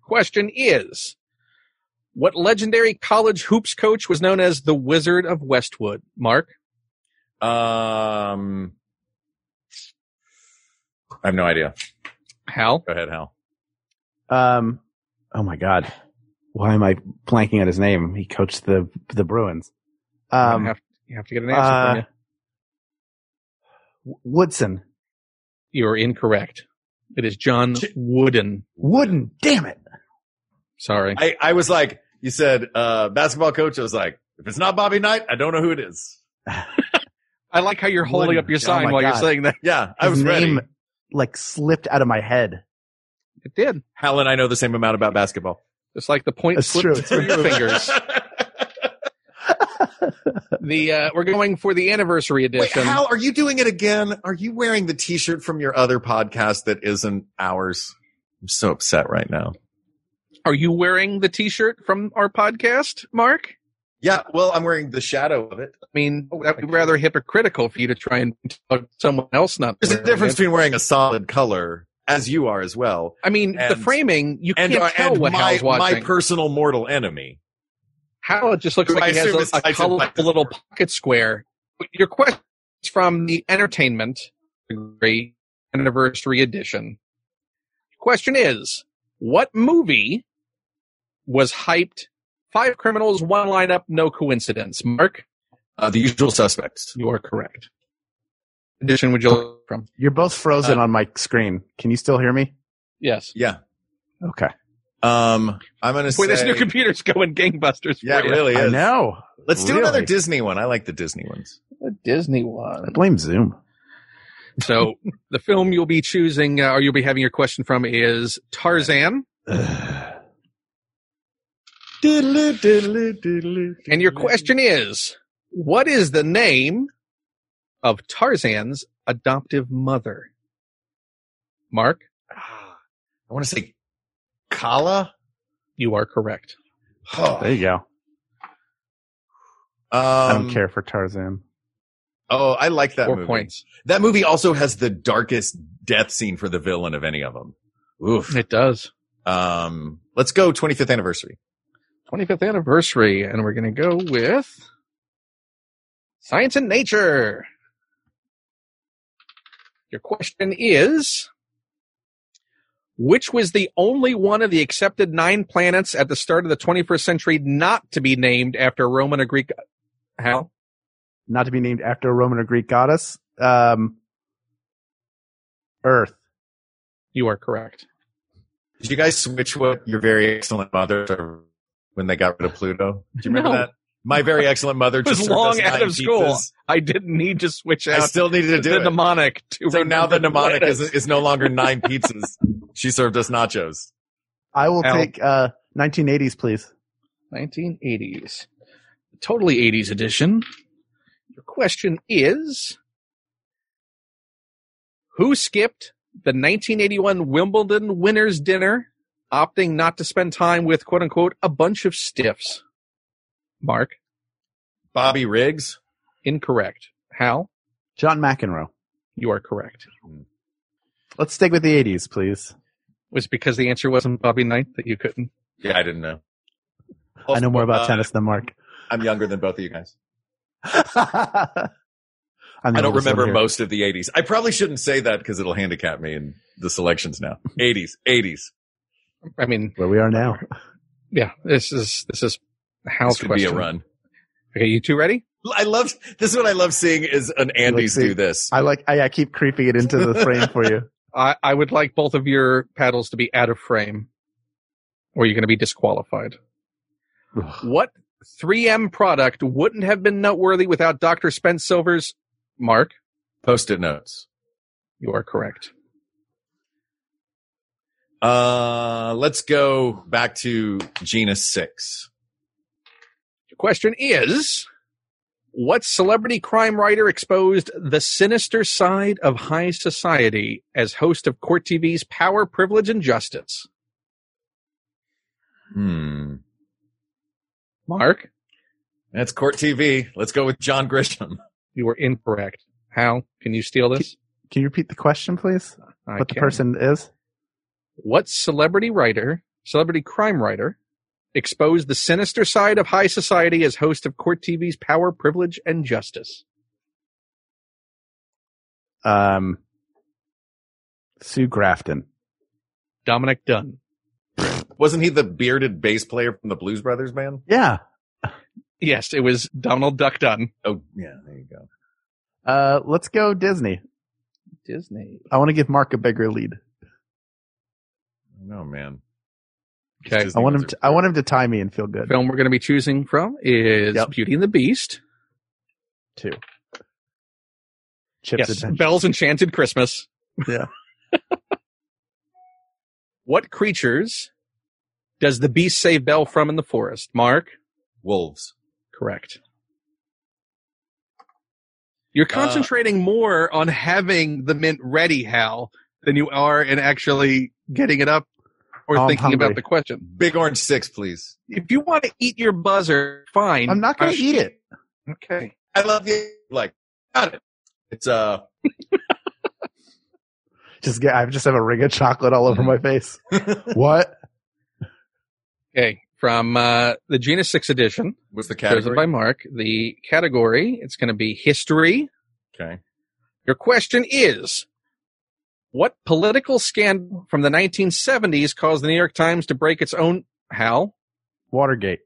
S2: Question is What legendary college hoops coach was known as the Wizard of Westwood? Mark,
S3: Um, I have no idea.
S2: Hal,
S3: Go ahead, Hal.
S6: Um, oh my God, why am I blanking at his name? He coached the the Bruins.
S2: you,
S6: Um,
S2: have, you have to get an answer
S6: uh,
S2: from you.
S6: Woodson,
S2: You are incorrect. It is John Wooden.
S6: Wooden. Damn it!
S2: Sorry.
S3: I, I was like, you said uh, basketball coach. I was like, if it's not Bobby Knight, I don't know who it is.
S2: I like how you're holding
S6: Wooden.
S2: up your
S6: Oh
S2: sign
S6: my
S2: while
S6: God.
S2: you're saying that.
S3: Yeah, I
S6: His
S3: was
S6: name
S3: ready.
S6: like slipped out of my head.
S2: It did.
S3: Hal and I know the same amount about basketball.
S2: It's like the point
S6: That's
S2: slipped
S6: true. [LAUGHS]
S2: through your fingers. The uh, we're going for the anniversary
S3: Wait,
S2: edition.
S3: Hal, are you doing it again? Are you wearing the T-shirt from your other podcast that isn't ours? I'm so upset right now.
S2: Are you wearing the T-shirt from our podcast, Mark?
S3: Yeah, well, I'm wearing the shadow of it.
S2: I mean, that would be rather hypocritical for you to try and tell someone else not.
S3: There's a
S2: wearing
S3: difference
S2: it.
S3: between wearing a solid color, as you are as well,
S2: I mean, the
S3: and-
S2: framing you
S3: and,
S2: can't
S3: uh,
S2: tell
S3: and
S2: what
S3: my,
S2: Hal's
S3: my
S2: watching.
S3: personal mortal enemy.
S2: Hal just looks
S3: Who I
S2: like he
S3: assume
S2: has
S3: is
S2: a, a
S3: Tyson
S2: colorful
S3: Blackburn.
S2: little pocket square. Your question is from the entertainment degree anniversary edition. Question is, what movie was hyped? Five criminals, one lineup, no coincidence. Mark,
S3: Uh, the usual suspects.
S2: you are correct. Edition would you look from?
S6: You're both frozen
S3: Uh,
S6: on my screen. Can you still hear me?
S2: Yes.
S3: Yeah.
S6: Okay.
S3: Um, I'm going to say.
S2: Boy, this new computer's going gangbusters.
S3: yeah,
S2: for
S3: it
S2: you.
S3: really
S6: I
S3: is.
S6: know.
S3: Let's do another
S6: Really?
S3: Disney one. I like the Disney ones.
S4: The Disney
S6: I
S4: one.
S6: blame Zoom.
S2: So the film you'll be choosing uh, or you'll be having your question from is
S3: [SIGHS]
S2: Tarzan. And your question is, what is the name of Tarzan's adoptive mother? Mark,
S3: I want to say Kala.
S2: you are correct.
S6: There you go. I don't
S3: [SIGHS] Um,
S6: care for Tarzan.
S3: Oh, I like that
S2: Four
S3: movie.
S2: points.
S3: That movie also has the darkest death scene for the villain of any of them. Oof.
S2: It does.
S3: Um, let's go 25th anniversary.
S2: 25th anniversary, and we're going to go with Science and Nature. Your question is Which was the only one of the accepted nine planets at the start of the 21st century not to be named after a Roman or Greek? How?
S6: Not to be named after a Roman or Greek goddess. Um,
S3: [LAUGHS]
S6: Earth.
S2: You are correct.
S3: Did you guys switch what your very excellent mother to when they got rid of Pluto? Do you remember
S2: No.
S3: that? My very excellent
S2: [LAUGHS]
S3: mother
S2: was
S3: just served
S2: long
S3: us
S2: out
S3: nine
S2: of school.
S3: pizzas.
S2: I didn't need to switch
S3: I
S2: out
S3: still needed to do
S2: the
S3: it.
S2: mnemonic. To
S3: so now the
S2: remember
S3: mnemonic
S2: letters.
S3: is, is no longer nine pizzas. she served us nachos.
S6: I will
S2: Al.
S6: take uh, 1980s, please.
S2: 1980s. Totally 80s edition. Your question is Who skipped the 1981 Wimbledon winners' dinner, opting not to spend time with quote unquote a bunch of stiffs? Mark,
S3: Bobby Riggs.
S2: incorrect. Hal,
S6: John McEnroe.
S2: you are correct.
S6: Let's stick with the 80s, please.
S2: Was it because the answer wasn't Bobby Knight that you couldn't?
S3: Yeah, I didn't know.
S6: I know more about
S3: Uh,
S6: tennis than Mark.
S3: I'm younger than both of you guys.
S6: I
S3: I don't remember most of the 80s. I probably shouldn't say that because it'll handicap me in the selections
S6: [LAUGHS]
S3: now. 80s, 80s.
S2: I mean,
S6: where we are now.
S2: yeah, this is this is Hal's
S3: This could
S2: question.
S3: be a run.
S2: Okay, you two ready?
S3: I love this. Is what I love seeing is an
S6: Let's
S3: Andes
S6: see.
S3: do this.
S6: I like. I, I keep creeping it into the frame for you.
S2: I, I would like both of your paddles to be out of frame, or you're going to be disqualified. what 3M product wouldn't have been noteworthy without Dr. Spence Silver's mark?
S3: Post-it notes.
S2: You are correct.
S3: Uh, let's go back to genus six.
S2: The question is What celebrity crime writer exposed the sinister side of high society as host of Court TV's Power, Privilege, and Justice?
S3: Hmm.
S2: Mark,
S3: That's court TV. Let's go with John Grisham. [LAUGHS]
S2: you were incorrect. How can you steal this?
S6: Can you repeat the question, please?
S2: I
S6: what the
S2: can.
S6: person is?
S2: what celebrity writer, celebrity crime writer, exposed the sinister side of high society as host of Court TV's Power, Privilege, and Justice?
S6: Um, Sue Grafton.
S2: Dominic Dunn.
S3: Wasn't he the bearded bass player from the Blues Brothers band?
S6: Yeah.
S2: Yes, it was Donald Duck Dunn.
S3: Oh, yeah. There you go.
S6: Uh, let's go Disney.
S4: Disney.
S6: I want to give Mark a bigger lead.
S3: No, Oh, man.
S2: Okay.
S3: Disney
S6: I want him.
S3: ones
S6: To,
S3: are-
S6: I want him to tie me and feel
S2: The
S6: good
S2: film we're going to be choosing from is
S6: Yep.
S2: Beauty and the Beast.
S6: too. Chips
S2: yes,
S6: attention.
S2: Bell's Enchanted Christmas.
S6: Yeah.
S2: [LAUGHS] what creatures does the beast save Belle from in the forest? Mark?
S3: wolves.
S2: Correct. You're
S3: Uh,
S2: concentrating more on having the mint ready, Hal, than you are in actually getting it up or
S6: Oh, I'm
S2: thinking
S6: hungry.
S2: about the question.
S3: Big Orange Six, please.
S2: If you want to eat your buzzer, fine.
S6: I'm not
S3: Oh,
S6: going to eat it.
S2: Okay.
S3: I love you. Like, got it. It's uh,
S6: Just get. I just have a ring of chocolate all over my
S3: [LAUGHS]
S6: face. what?
S2: Okay. From uh, the Genus 6 edition,
S3: what's the
S2: chosen
S3: category?
S2: by Mark, the category, it's going to be history.
S3: okay.
S2: Your question is What political scandal from the 1970s caused the New York Times to break its own, Hal,
S6: Watergate.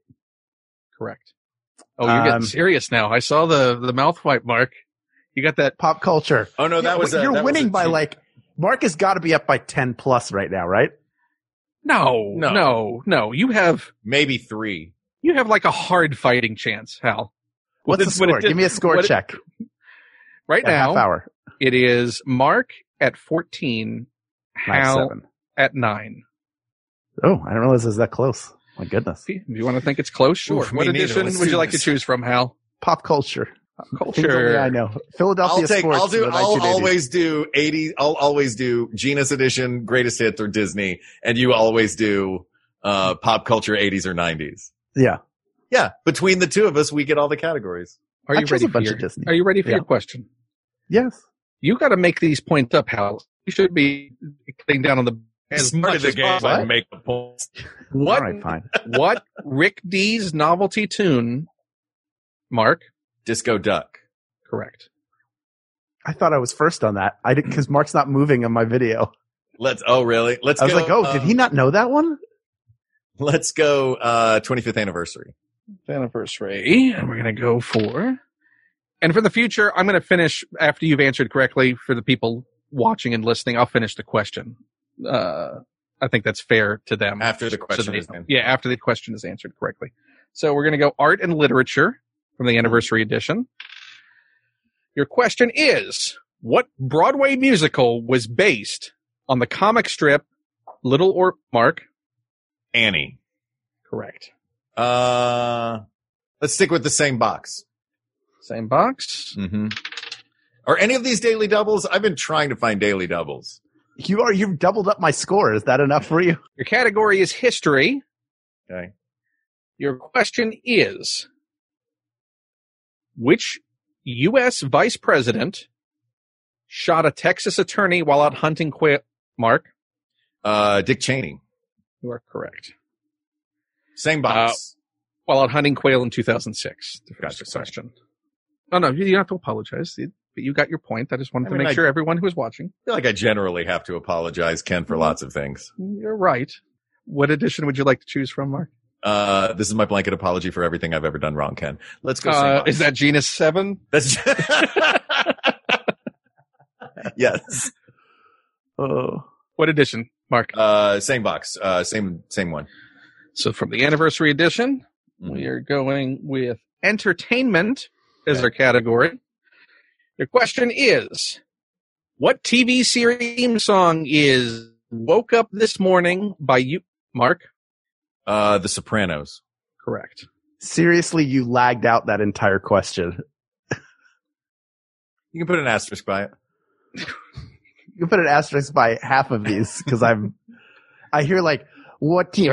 S2: Correct. Oh, you're getting
S6: Um,
S2: serious now. I saw the the mouth wipe mark. You got that?
S6: Pop culture.
S3: Oh no, that was a,
S6: you're
S3: that was
S6: winning
S3: a
S6: by
S3: cheat.
S6: like Mark has got to be up by ten plus right now, right?
S2: No,
S3: No.
S2: no, no, You have
S3: Maybe three.
S2: you have like a hard fighting chance, Hal.
S6: What's
S2: What
S6: the
S2: it- what it
S6: score?
S2: did-
S6: Give me a score
S2: what it-
S6: check.
S2: right
S6: A half
S2: now.
S6: hour.
S2: It is Mark at fourteen,
S6: Nine,
S2: Hal
S6: seven.
S2: at nine.
S6: Oh, I didn't realize it was that close. My goodness.
S2: If you- if you want to think it's close, sure.
S3: Oof,
S2: what
S3: me neither.
S2: edition
S3: Let's
S2: would
S3: do
S2: you like to
S3: this.
S2: choose from, Hal?
S6: Pop culture. Things only
S2: Sure.
S6: I know. Philadelphia
S3: I'll take.
S6: sports.
S3: I'll do.
S6: in the
S3: I'll
S6: 1980s.
S3: always do eighty. I'll always do Genius Edition, Greatest Hits, or Disney, and you always do uh, pop culture, eighties or nineties.
S6: Yeah.
S3: Yeah. Between the two of us, we get all the categories.
S2: Are
S6: I
S2: you
S6: chose
S2: ready
S6: a
S2: for
S6: bunch
S2: your,
S6: of Disney.
S2: Are you ready for
S6: Yeah.
S2: your question?
S6: Yes.
S2: You got to make these points up, Hal. You should be cutting down on the as much as possible.
S6: I
S3: make a point.
S2: What
S6: All right, fine.
S2: what Rick D's novelty tune? Mark,
S3: Disco Duck.
S2: correct.
S6: I thought I was first on that. I did because Mark's not moving on my video.
S3: Let's. Oh, really? Let's.
S6: I was
S3: go,
S6: like, oh, did
S3: um,
S6: he not know that one?
S3: Let's go. Uh, 25th anniversary.
S2: Anniversary, and we're gonna go for. And for the future, I'm gonna finish after you've answered correctly. For the people watching and listening, I'll finish the question. Uh, I think that's fair to them.
S3: After the question
S2: they
S3: is
S2: know.
S3: in.
S2: Yeah, after the question is answered correctly. So we're going to go art and literature from the anniversary edition. Your question is what Broadway musical was based on the comic strip Little or Mark?
S3: Annie.
S2: Correct.
S3: Uh, let's stick with the same box.
S2: Same box.
S3: Mm-hmm. Are any of these daily doubles? I've been trying to find daily doubles.
S6: You are you've doubled up my score. Is that enough for you?
S2: Your category is history.
S3: Okay.
S2: Your question is Which U.S. vice president shot a Texas attorney while out hunting quail? Mark,
S3: Uh, Dick Cheney.
S2: you are correct.
S3: Same
S6: Uh,
S3: box.
S2: while out hunting quail in 2006. The first
S3: Gotcha, sorry.
S2: question. No, no, you don't have to apologize. You- But you got your point. I just wanted
S3: I
S2: to
S3: mean,
S2: make
S3: I-
S2: sure everyone who was watching,
S3: I feel like I generally have to apologize, Ken, for lots of things.
S2: you're right. What edition would you like to choose from, Mark?
S3: Uh, this is my blanket apology for everything I've ever done wrong, Ken. Let's go. same
S2: Uh,
S3: box.
S2: is that genus seven?
S3: That's [LAUGHS] yes.
S6: Oh,
S2: What edition, Mark?
S3: Uh, same box. Uh, same same one.
S2: So from the anniversary edition,
S3: Mhm.
S2: we are going with entertainment as
S3: Okay.
S2: our category. Your question is, what TV series theme song is "Woke Up This Morning" by you, Mark?
S3: Uh, The Sopranos.
S2: Correct.
S6: seriously, you lagged out that entire question.
S3: You can put an asterisk by it.
S6: You put an asterisk by half of these because I'm. I hear like what do you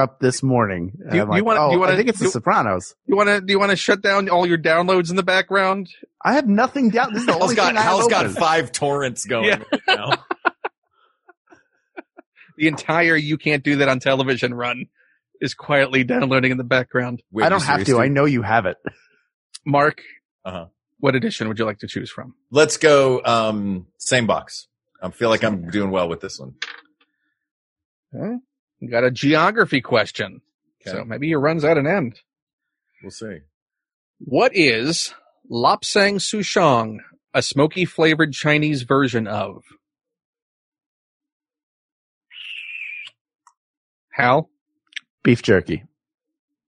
S6: up this morning? And
S2: Do you-
S6: I'm like,
S2: you wanna-
S6: oh,
S2: you wanna-
S6: I think it's The
S2: you-
S6: Sopranos.
S2: You want to? Do you want to shut down all your downloads in the background?
S6: I have nothing down. This is the
S3: Hal's
S6: only
S3: got
S6: thing I have
S3: Hal's got
S6: open.
S3: five torrents going
S2: Yeah.
S3: right now.
S2: The entire "You Can't Do That on Television" run is quietly downloading in the background.
S3: Wait,
S6: [LAUGHS] I don't
S3: you
S6: have to.
S3: seriously?
S6: I know you have it.
S2: Mark,
S3: Uh-huh.
S2: what edition would you like to choose from?
S3: Let's go. Um, same box. I feel like I'm doing well with this one.
S2: You got a geography question,
S3: Okay.
S2: so maybe your run's at an end.
S3: We'll see.
S2: What is Lopsang Souchong, a smoky flavored Chinese version of? Hal,
S6: Beef jerky.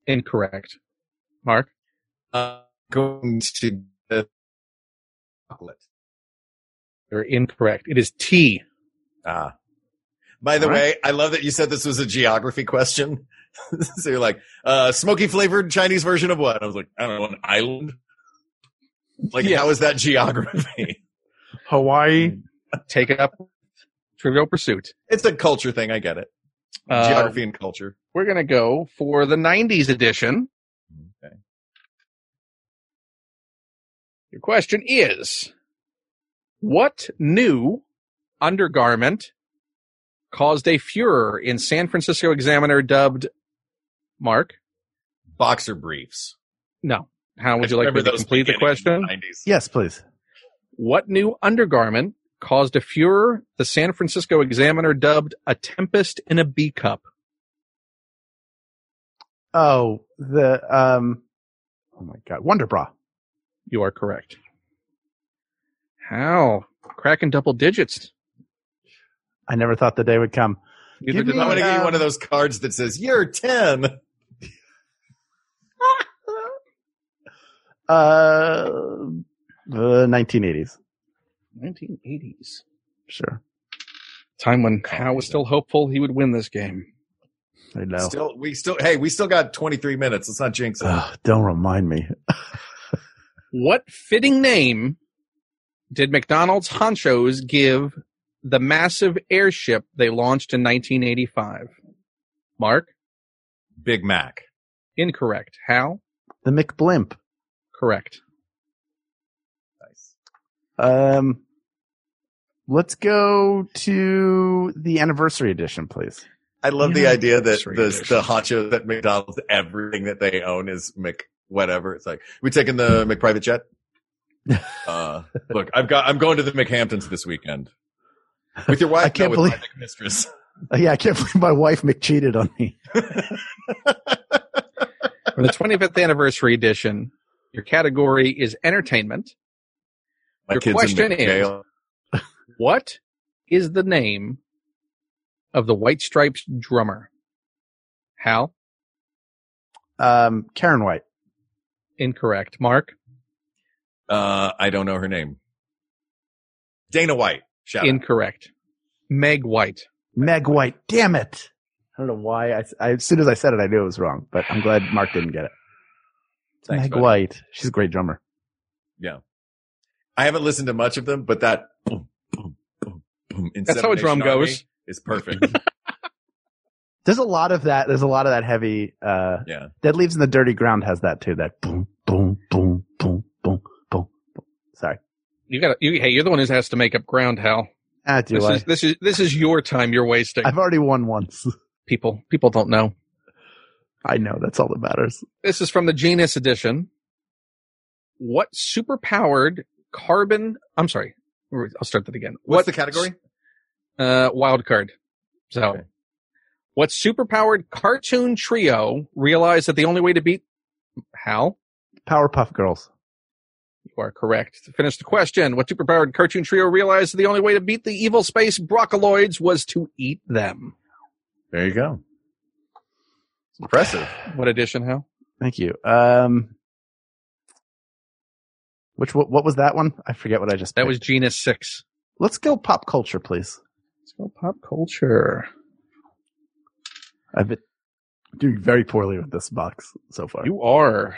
S2: incorrect. Mark,
S3: Uh, going to the chocolate.
S2: you're incorrect. It is tea.
S3: Ah. By the
S6: All
S3: way, I love that you said this was a geography question. [LAUGHS] so you're like, uh, smoky flavored Chinese version of what? I was like, I don't know, an island. Like,
S2: Yeah.
S3: how is that [LAUGHS] geography?
S6: Hawaii.
S2: Take it up. Trivial Pursuit.
S3: it's a culture thing. I get it.
S2: Uh,
S3: geography and culture.
S2: We're going to go for the 90s edition.
S3: Okay.
S2: Your question is What new undergarment caused a furor in San Francisco Examiner dubbed Mark?
S3: Boxer briefs.
S2: No. How would you
S3: I
S2: like me
S3: remember
S2: to
S3: those
S2: complete the
S3: beginning
S2: question?
S3: 90s.
S6: Yes, please.
S2: What new undergarment caused a furor the San Francisco Examiner dubbed a tempest in a bee cup?
S6: Oh, the um. Oh my God, Wonder Bra.
S2: You are correct. How? Cracking double digits.
S6: I never thought the day would come.
S2: Neither
S6: Give
S2: did
S6: me-
S3: I'm
S2: I.
S3: going to give
S6: Um,
S3: you one of those cards that says you're 10.
S6: Uh, the 1980s.
S4: 1980s.
S6: Sure.
S2: Time when Howe was still hopeful he would win this game.
S6: I know.
S3: Still, we still, hey, we still got 23 minutes. Let's not jinx
S2: Uh,
S3: it.
S6: Ugh, don't remind me.
S2: What fitting name did McDonald's honchos give the massive airship they launched in 1985? Mark,
S3: Big Mac.
S2: incorrect. Hal,
S6: The McBlimp.
S2: [LAUGHS] correct.
S6: Um, let's go to the anniversary edition, please.
S3: I love
S2: You
S3: the
S2: know,
S3: idea that
S2: grocery
S3: the
S2: dish.
S3: the honcho that McDonald's everything that they own is Mc whatever. It's like we taking the McPrivate
S2: [LAUGHS]
S3: jet. Uh, look, I've got I'm going to the McHamptons this weekend with your wife.
S6: I can't
S3: no, with my
S6: believe-
S2: [LAUGHS]
S3: mistress.
S6: Uh, yeah, I can't [LAUGHS] believe my wife McCheated on me.
S2: For the 25th anniversary edition, your category is entertainment.
S3: My
S2: Your
S3: kids
S2: question
S3: in
S2: is-
S3: jail.
S2: [LAUGHS] What is the name of the White Stripes drummer? Hal,
S6: Um, Karen White.
S2: incorrect. Mark,
S3: Uh, I don't know her name. Dana White. Shout out.
S2: incorrect. Meg White.
S6: Meg White. Damn it. I don't know why. I, I- as soon as I said it, I knew it was wrong, but I'm glad Mark didn't get it. It's
S3: Thanks,
S6: Meg
S3: buddy.
S6: White. She's a great drummer.
S3: I haven't listened to much of them, but that boom, boom, boom, boom. in
S2: That's how a
S3: Seven
S2: drum
S3: Nation Army
S2: goes.
S3: Is
S2: [LAUGHS]
S3: perfect.
S6: There's a lot of that. There's a lot of that heavy, uh,
S3: yeah.
S6: Dead Leaves in the Dirty Ground has that too. That boom, boom, boom, boom, boom, boom. boom. Sorry.
S2: You got you, Hey, you're the one who has to make up ground, Hal.
S6: Ah, do
S2: This
S6: I?
S2: is this is this is your time you're wasting.
S6: I've already won once. [LAUGHS]
S2: people people don't know.
S6: I know. That's all that matters.
S2: This is from the Genius edition. What superpowered carbon? I'm sorry. I'll start that again.
S3: What's
S2: What-
S3: the category?
S2: Uh, wild card. So,
S3: Okay.
S2: what superpowered cartoon trio realized that the only way to beat Hal?
S6: Powerpuff Girls.
S2: You are correct. To finish the question, what superpowered cartoon trio realized that the only way to beat the evil space broccoloids was to eat them?
S3: There you go. It's impressive.
S2: What edition, Hal?
S6: Thank you. Um, which what, what was that one? I forget what I just.
S2: That
S6: picked.
S2: was Genus 6.
S6: Let's go pop culture, please.
S2: Let's go pop culture.
S6: I've been doing very poorly with this box so far.
S2: You are.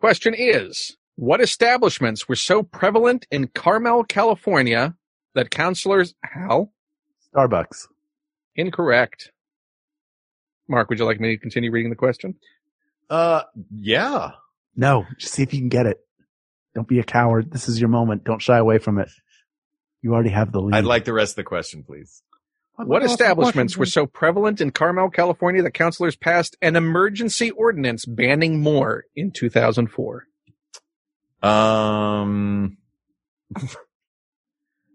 S2: Question is, what establishments were so prevalent in Carmel, California that counselors, Hal?
S6: Starbucks.
S2: Incorrect. Mark, would you like me to continue reading the question?
S3: Uh, yeah.
S6: No, just see if you can get it. Don't be a coward. This is your moment. Don't shy away from it. You already have the lead.
S3: I'd like the rest of the question, please.
S2: What establishments were so prevalent in Carmel, California that counselors passed an emergency ordinance banning more in 2004?
S3: Um, [LAUGHS]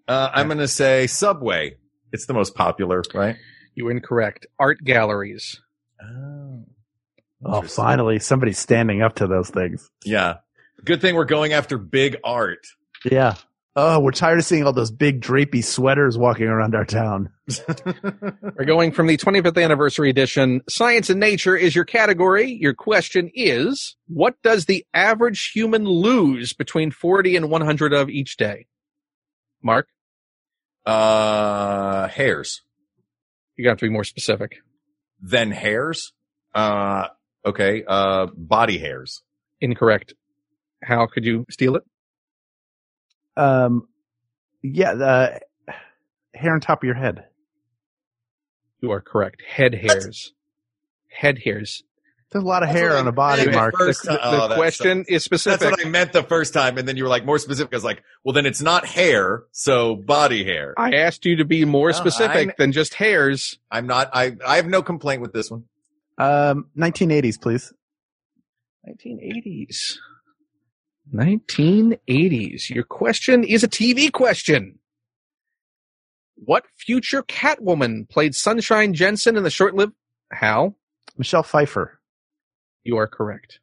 S3: uh, I'm going to say Subway. It's the most popular, right?
S2: You were incorrect. Art galleries.
S3: Oh,
S6: Oh, finally, somebody's standing up to those things.
S3: Yeah. Good thing we're going after big art.
S6: Yeah. Oh, we're tired of seeing all those big drapey sweaters walking around our town.
S2: We're going from the 25th anniversary edition. Science and nature is your category. Your question is, what does the average human lose between 40 and 100 of each day? Mark,
S3: Uh, hairs.
S2: you're going to have to be more specific.
S3: Then hairs. Uh, okay. Uh, body hairs.
S2: Incorrect. How could you steal it?
S6: Um, yeah, the hair on top of your head.
S2: You are correct. Head hairs. Head hairs.
S6: There's a lot of
S3: That's
S6: hair
S3: what
S6: on
S3: I-
S6: a body,
S3: Anyway,
S6: Mark.
S3: first
S2: The,
S3: ti- oh,
S2: the
S3: that
S2: question
S3: sucks.
S2: is
S3: That's
S2: specific.
S3: what I meant the first time. And then you were like more specific. I was like, well, then it's not hair. So body hair.
S2: I asked you to be more
S3: No,
S2: specific
S3: I'm-
S2: than just hairs.
S3: I'm not, I, I have no complaint with this one.
S6: Um, 1980s, please.
S2: 1980s. 1980s. Your question is a TV question. What future Catwoman played Sunshine Jensen in the short-lived How?
S6: Michelle Pfeiffer.
S2: You are correct.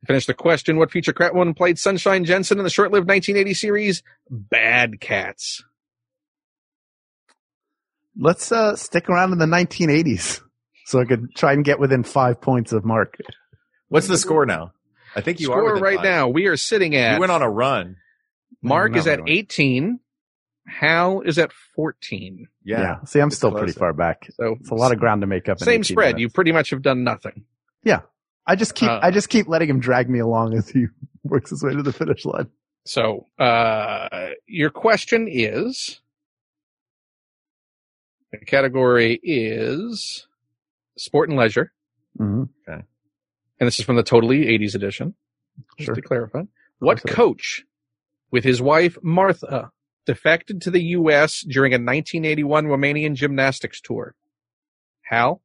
S2: To finish the question, what future Catwoman played Sunshine Jensen in the short-lived 1980 series Bad Cats?
S6: Let's uh, stick around in the 1980s so I could try and get within five points of Mark.
S3: What's the score now? I think you are
S2: Score
S3: within
S2: right
S3: five.
S2: now. We are sitting
S3: You
S2: at
S3: went on a run.
S2: Mark
S6: No,
S2: is at
S6: no, no.
S2: 18. Hal is at 14.
S3: Yeah.
S6: See, I'm
S3: it's
S6: still
S3: close.
S6: pretty far back.
S2: So
S6: It's a lot of ground to make up. in
S2: same
S6: 18
S2: spread.
S6: minutes.
S2: You pretty much have done nothing.
S6: I just keep
S2: Uh,
S6: I just keep letting him drag me along as he [LAUGHS] works his way to the finish line.
S2: So uh, your question is the category is sport and leisure.
S4: Mm-hmm.
S6: hmm
S2: And this is from the totally 80s edition.
S6: Sure.
S2: Just to clarify. What
S6: course it is.
S2: coach with his wife Martha defected to the U.S. during a 1981 Romanian gymnastics tour? Hal,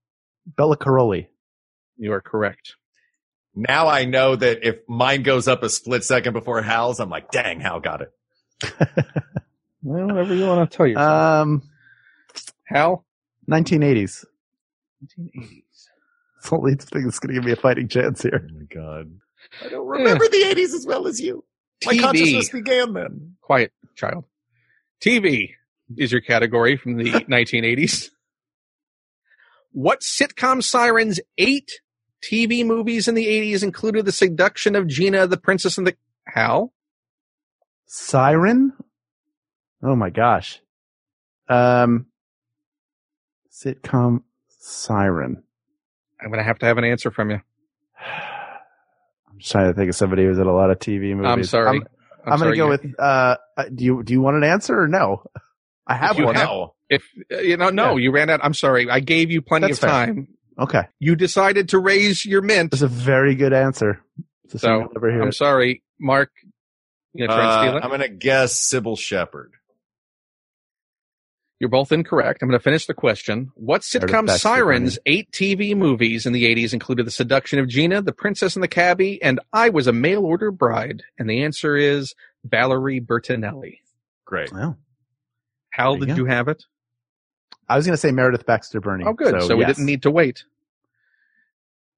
S6: Bella Caroli.
S2: you are correct.
S3: Now I know that if mine goes up a split second before Hal's, I'm like, dang, Hal got it.
S4: Well, whatever you want to tell yourself.
S6: Um,
S2: Hal,
S6: 1980s.
S4: 1980s.
S6: It's the only thing that's going to give me a fighting chance here.
S3: Oh my God.
S2: I don't
S3: Remember the 80s as well as you. My consciousness began then.
S2: quiet child. TV is your category from
S6: [LAUGHS]
S2: the 1980s. What sitcom sirens eight TV movies in the 80s included the seduction of Gina, the princess, and the Hal?
S6: Siren. Oh my gosh. Um, sitcom Siren.
S2: I'm going to have to have an answer from you.
S6: I'm just trying to think of somebody who's in a lot of TV movies. Um,
S2: I'm sorry.
S6: I'm, I'm, going
S2: sorry,
S6: to go
S2: you-
S6: with. Uh, uh, do you do you want an answer or no? I have
S2: You
S6: one.
S2: have-
S3: Wow.
S2: if uh, you know. No, you ran out. I'm sorry. I gave you plenty
S6: That's
S2: of
S6: fair.
S2: time.
S6: okay,
S2: You decided to raise your mint.
S6: that's a very good answer. It's a shame
S2: So,
S6: you'll never hear
S2: I'm
S6: it.
S2: sorry, Mark. You gonna try and steal
S3: Uh,
S2: it?
S3: I'm going to guess Sybil Shepherd.
S2: You're both incorrect. I'm going to finish the question. What sitcom
S6: Artifacts of
S2: sirens eight TV movies in the 80s included The Seduction of Gina, The Princess and the Cabbie, and I Was a Mail Order Bride? And the answer is Valerie Bertinelli.
S3: Great.
S6: Well,
S2: Hal,
S6: There you
S2: did
S6: go.
S2: you have it?
S6: I was going to say Meredith Baxter Burney.
S2: Oh, good. So, we
S6: yes.
S2: didn't need to wait.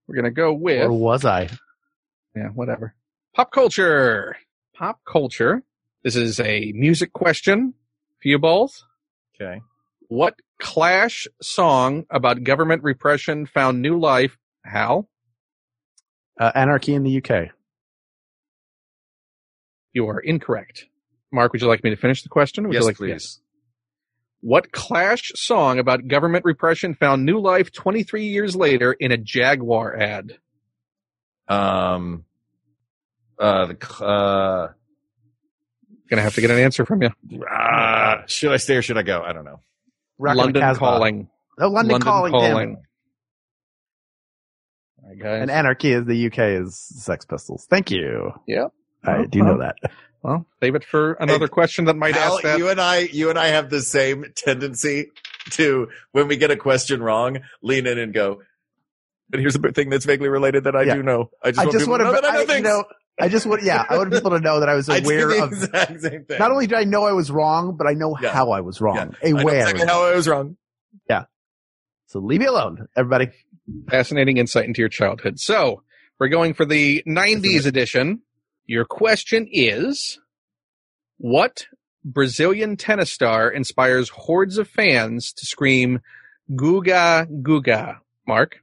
S2: We're going to go with.
S6: Or was I?
S2: yeah, whatever. Pop culture. Pop culture. This is a music question for you both.
S3: Okay.
S2: What Clash song about government repression found new life? Hal,
S6: Uh, Anarchy in the UK.
S2: you are incorrect. Mark, would you like me to finish the question? Would
S3: Yes,
S2: you like
S3: please.
S2: What Clash song about government repression found new life 23 years later in a Jaguar ad?
S3: Um, uh, the, cl- uh,
S2: Gonna have to get an answer from you.
S3: ah, should I stay or should I go? I don't know.
S6: Rockin'
S2: London
S6: Casbah.
S2: Calling.
S6: Oh, London, calling. Calling.
S2: All right, guys.
S6: And Anarchy is the UK is Sex Pistols. Thank you.
S2: Yep.
S6: I do know that.
S2: well, save it for another
S3: Hey,
S2: question that might
S3: Hal,
S2: ask that.
S3: you and I, you and I have the same tendency to when we get a question wrong, lean in and go. But here's the thing that's vaguely related that I
S6: Yeah.
S3: do know. I just,
S6: I
S3: want
S6: just
S3: people
S6: want
S3: to know that I know
S6: to, I, you
S3: things.
S6: know, I just want, yeah, I want people to know that I was
S3: [LAUGHS] I do
S6: aware
S3: the
S6: of.
S3: exact same thing.
S6: Not only did I know I was wrong, but I know
S3: Yeah.
S6: how I was wrong.
S3: I know
S6: Aware.
S3: exactly how I was wrong.
S6: so leave me alone, everybody.
S2: fascinating insight into your childhood. So we're going for the 90s edition. Your question is What Brazilian tennis star inspires hordes of fans to scream Guga Guga? Mark,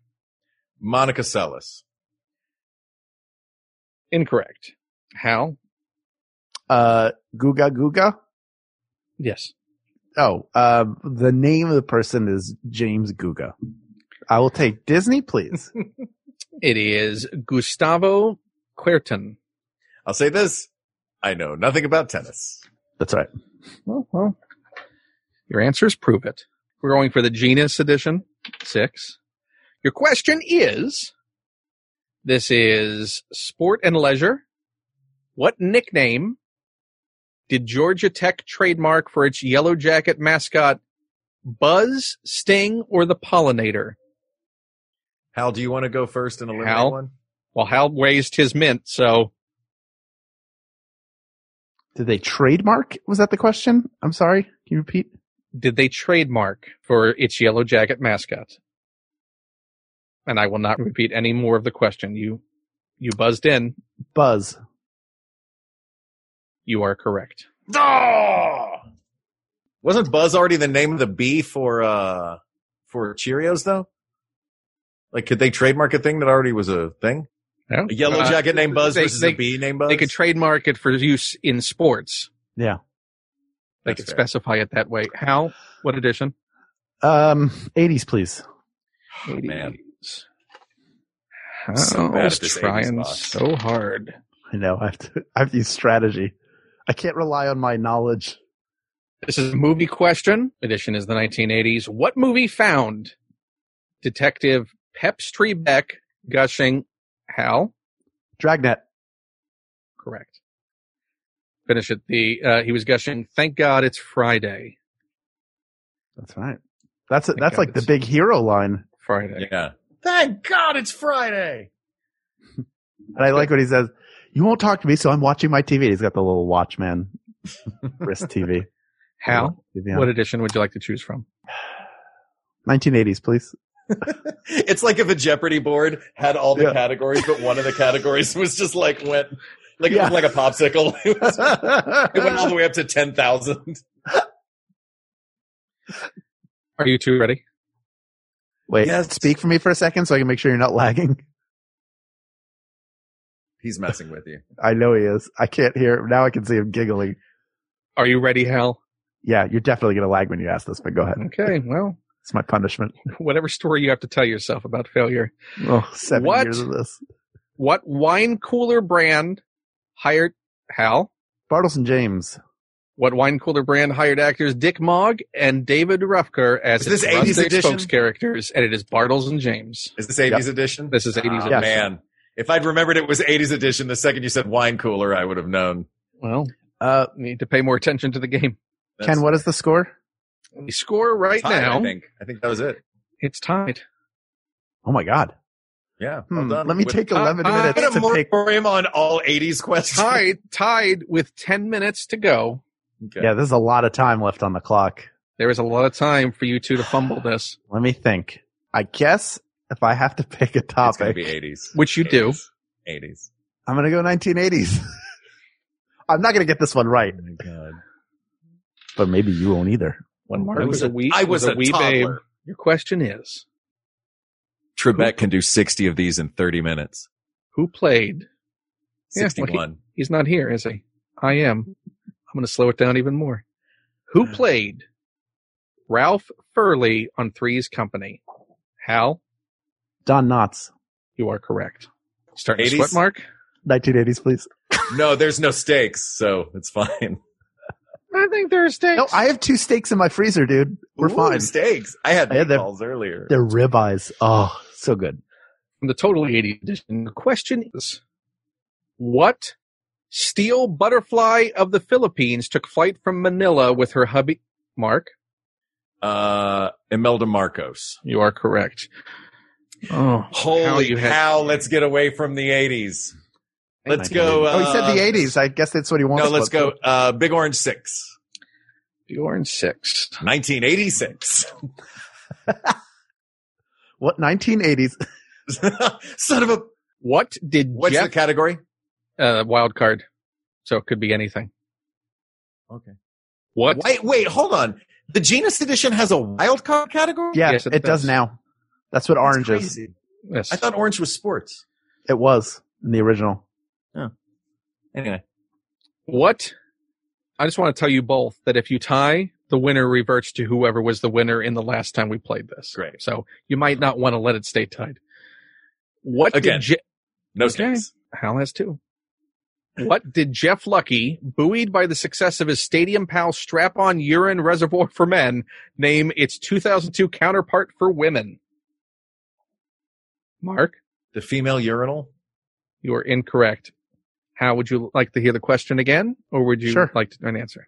S3: Monica Seles.
S2: incorrect. Hal,
S6: Uh, Guga Guga.
S2: yes.
S6: Oh, uh, the name of the person is James Guga. I will take Disney, please.
S2: It is Gustavo Querton.
S3: I'll say this. I know nothing about tennis.
S6: That's right.
S2: Well, well, your answers prove it. We're going for the genus edition six. Your question is this is sport and leisure. What nickname did Georgia Tech trademark for its yellow jacket mascot, Buzz, Sting, or the Pollinator?
S3: Hal, do you want to go first and eliminate
S2: Hal?
S3: one?
S2: Well, Hal raised his mint, so
S6: Did they trademark? Was that the question? I'm sorry. Can you repeat?
S2: did they trademark for its yellow jacket mascot? And I will not repeat any more of the question. You you buzzed in.
S6: Buzz.
S2: You are correct.
S3: Oh! Wasn't Buzz already the name of the bee for uh for Cheerios though? Like, could they trademark a thing that already was a thing?
S2: No?
S3: A yellow
S2: Uh,
S3: jacket named Buzz
S2: they-
S3: versus
S2: they-
S3: a bee named Buzz.
S2: They could trademark it for use in sports.
S6: Yeah.
S2: They
S3: That's
S2: could
S3: fair.
S2: specify it that way. How? What edition?
S6: Um, 80s, please.
S3: man.
S2: 80s.
S3: So
S2: How?
S3: bad
S2: I
S3: at
S2: was
S3: this 80s
S2: trying
S3: box.
S2: so hard.
S6: I know. I have to. I have to use strategy. I can't rely on my knowledge.
S2: This is a movie question. Edition is the 1980s. What movie found Detective Peps Trebeck gushing? Hal,
S6: Dragnet.
S2: correct. Finish it. The uh, he was gushing. Thank God it's Friday.
S6: That's right. That's it.
S2: Thank
S6: That's
S2: God
S6: like the
S2: it's-
S6: big hero line.
S2: Friday.
S3: Yeah. Thank God it's Friday.
S6: And I like what he says. You won't talk to me, so I'm watching my TV. He's got the little [LAUGHS] Watchman wrist TV.
S2: Hal,
S6: TV on.
S2: what edition would you like to choose from?
S6: 1980s, please.
S3: It's like if a Jeopardy board had all the
S6: Yeah.
S3: categories, but
S2: [LAUGHS]
S3: one of the categories was just like went like
S6: Yeah.
S3: it looked like a popsicle. [LAUGHS] It, was, it went all the way up to ten thousand.
S2: Are you two ready?
S6: Wait,
S3: Yes.
S6: speak for me for a second so I can make sure you're not lagging. [LAUGHS]
S3: He's messing with you.
S6: I know he is. I can't hear him. Now I can see him giggling.
S2: Are you ready, Hal?
S6: Yeah, you're definitely going to lag when you ask this, but go ahead.
S2: Okay. Well, [LAUGHS]
S6: It's my punishment.
S2: whatever story you have to tell yourself about failure.
S6: Oh, seven
S2: What?
S6: years of this.
S2: What wine cooler brand hired Hal?
S6: Bartles and James.
S2: What wine cooler brand hired actors Dick Mogg and David Rufker as
S3: Is this
S2: its
S3: 80s
S2: rustic
S3: edition?
S2: spokes characters? And it is Bartles and James.
S3: Is this eighties edition?
S2: This is 80s
S3: Oh,
S2: edition.
S3: Man, if I'd remembered it was eighties edition, the second you said wine cooler, I would have known.
S2: Well,
S6: Uh,
S2: need to pay more attention to the game.
S3: That's
S6: Ken, what is the score?
S2: The score right
S3: tied,
S2: now,
S3: I think I think that was it.
S2: it's tied.
S6: Oh my God.
S3: Yeah.
S6: Hmm,
S3: well done.
S6: Let me
S3: With-
S6: take
S2: Uh,
S6: 11
S2: uh,
S3: [LAUGHS]
S6: minutes
S3: I had
S6: to
S3: a
S6: pick.
S3: moratorium on all eighties questions.
S2: [LAUGHS] Tied, tied with 10 minutes to go.
S3: [LAUGHS] Okay.
S6: Yeah, there's a lot of time left on the clock.
S2: There is a lot of time for you two to fumble this,
S6: Let me think. I guess if I have to [LAUGHS] pick a
S3: It's gonna
S6: topic,
S3: be eighties.
S2: which you do.
S3: Eighties.
S6: I'm going to go 1980s. [LAUGHS] I'm not going to get this one right,
S3: Oh my god.
S6: but maybe you won't either.
S2: One mark
S3: I
S2: was
S3: was
S2: a
S3: a-
S2: wee.
S3: I was a
S2: wee babe.
S3: toddler.
S2: Your question is
S3: Trebek can do sixty of these in thirty minutes.
S2: who played? Yeah, well, he-
S3: Sixty-one.
S2: He's not here, is he? I am. I'm going to slow it down even more. Who played Ralph Furley on Three's Company? Hal,
S6: Don Knotts.
S2: you are correct. Starting to
S3: 80s?
S2: sweat, Mark?
S6: 1980s, please.
S3: No, there's no stakes, so it's fine.
S2: I think there's stakes.
S6: No, I have two steaks in my freezer, dude. We're
S3: Ooh,
S6: fine.
S3: Steaks. I had
S6: I had that-
S3: meatballs earlier.
S6: They're ribeyes. Oh, so good.
S2: From the totally 80 edition, the question is what steel butterfly of the Philippines took flight from Manila with her hubby? Mark,
S3: Uh, Imelda Marcos.
S2: you are correct. Oh,
S3: Holy
S2: How
S3: cow!
S2: you had-
S3: Let's get away from the '80s. Let's go. Uh,
S6: oh, he said the 80s. I guess that's what he wants.
S3: No, let's
S6: but-
S3: go. Uh, Big Orange Six,
S2: you're in six.
S3: 1986.
S6: What 1980s?
S3: [LAUGHS] Son of a.
S2: What did
S3: What's
S2: Jeff
S3: the category?
S2: uh, wild card, so it could be anything.
S3: Okay.
S2: What?
S3: Wait, wait, hold on. The genus edition has a wild card category.
S6: Yeah,
S2: Yes,
S6: it,
S2: it
S6: does
S2: does.
S6: now. That's what
S3: That's
S6: orange is.
S3: crazy.
S2: Yes.
S3: I thought orange was sports.
S6: It was in the original.
S3: Anyway,
S2: what? I just want to tell you both that if you tie, the winner reverts to whoever was the winner in the last time we played this.
S3: Great.
S2: So you might not want to let it stay tied. What
S3: Again.
S2: Did Je-
S3: no
S2: Okay.
S3: stakes.
S2: Hal has two. What did Jeff Lucky, buoyed by the success of his stadium pal strap on urine reservoir for men, name its 2002 counterpart for women? Mark?
S3: The female urinal.
S2: You are incorrect. How would you like to hear the question again, or would you
S6: Sure.
S2: like to, an answer?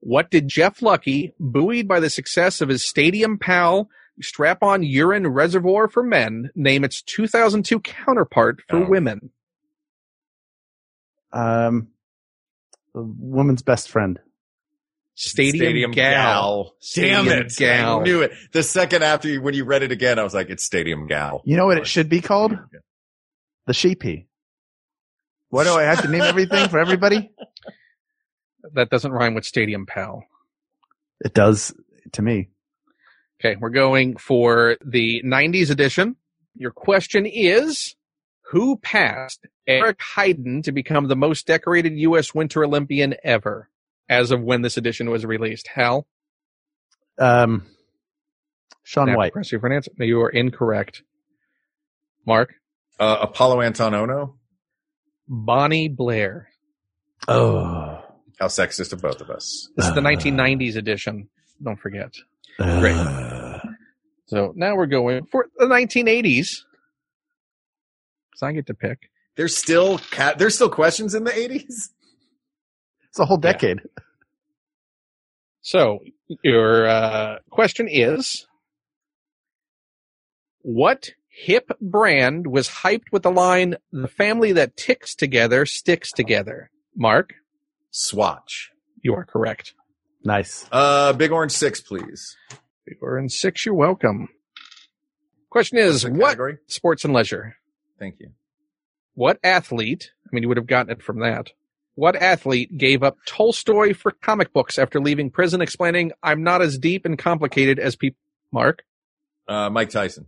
S2: What did Jeff Lucky, buoyed by the success of his stadium pal strap on urine reservoir for men, name its 2002 counterpart for
S3: Oh.
S2: women?
S6: Um, the woman's best friend.
S2: Stadium, gal.
S3: Damn
S2: Stadium
S3: it.
S2: Gal.
S3: I knew it. The second after you, when you read it again, I was like, it's Stadium Gal.
S6: You know what it should be called? The sheepy. Why do I have to name everything for everybody?
S2: That doesn't rhyme with stadium pal.
S6: [LAUGHS] It does to me.
S2: Okay, we're going for the 90s edition. Your question is Who passed Eric Heiden to become the most decorated U.S. Winter Olympian ever as of when this edition was released? Hal?
S6: Um, Sean
S2: Now,
S6: White.
S2: press you for an answer. No, You are incorrect. Mark?
S3: Uh, Apollo Anton Ono.
S2: Bonnie Blair.
S6: Oh,
S3: How sexist of both of us.
S2: This is the
S6: Uh.
S2: 1990s edition. Don't forget.
S6: great.
S2: So now we're going for the 1980s. So I get to pick.
S3: There's still ca- there's still questions in the 80s.
S6: It's a whole decade.
S2: So your uh, question is, what hip brand was hyped with the line "The family that ticks together sticks together"? Mark,
S3: Swatch.
S2: you are correct.
S6: Nice.
S3: Uh, Big Orange Six, please.
S2: You are in six. You're welcome. Question is,
S3: The
S2: what
S3: category?
S2: sports and leisure?
S3: Thank you.
S2: What athlete? I mean, you would have gotten it from that. What athlete gave up Tolstoy for comic books after leaving prison, explaining, "I'm not as deep and complicated as people." Mark,
S3: Uh,
S6: [LAUGHS]
S3: Mike Tyson.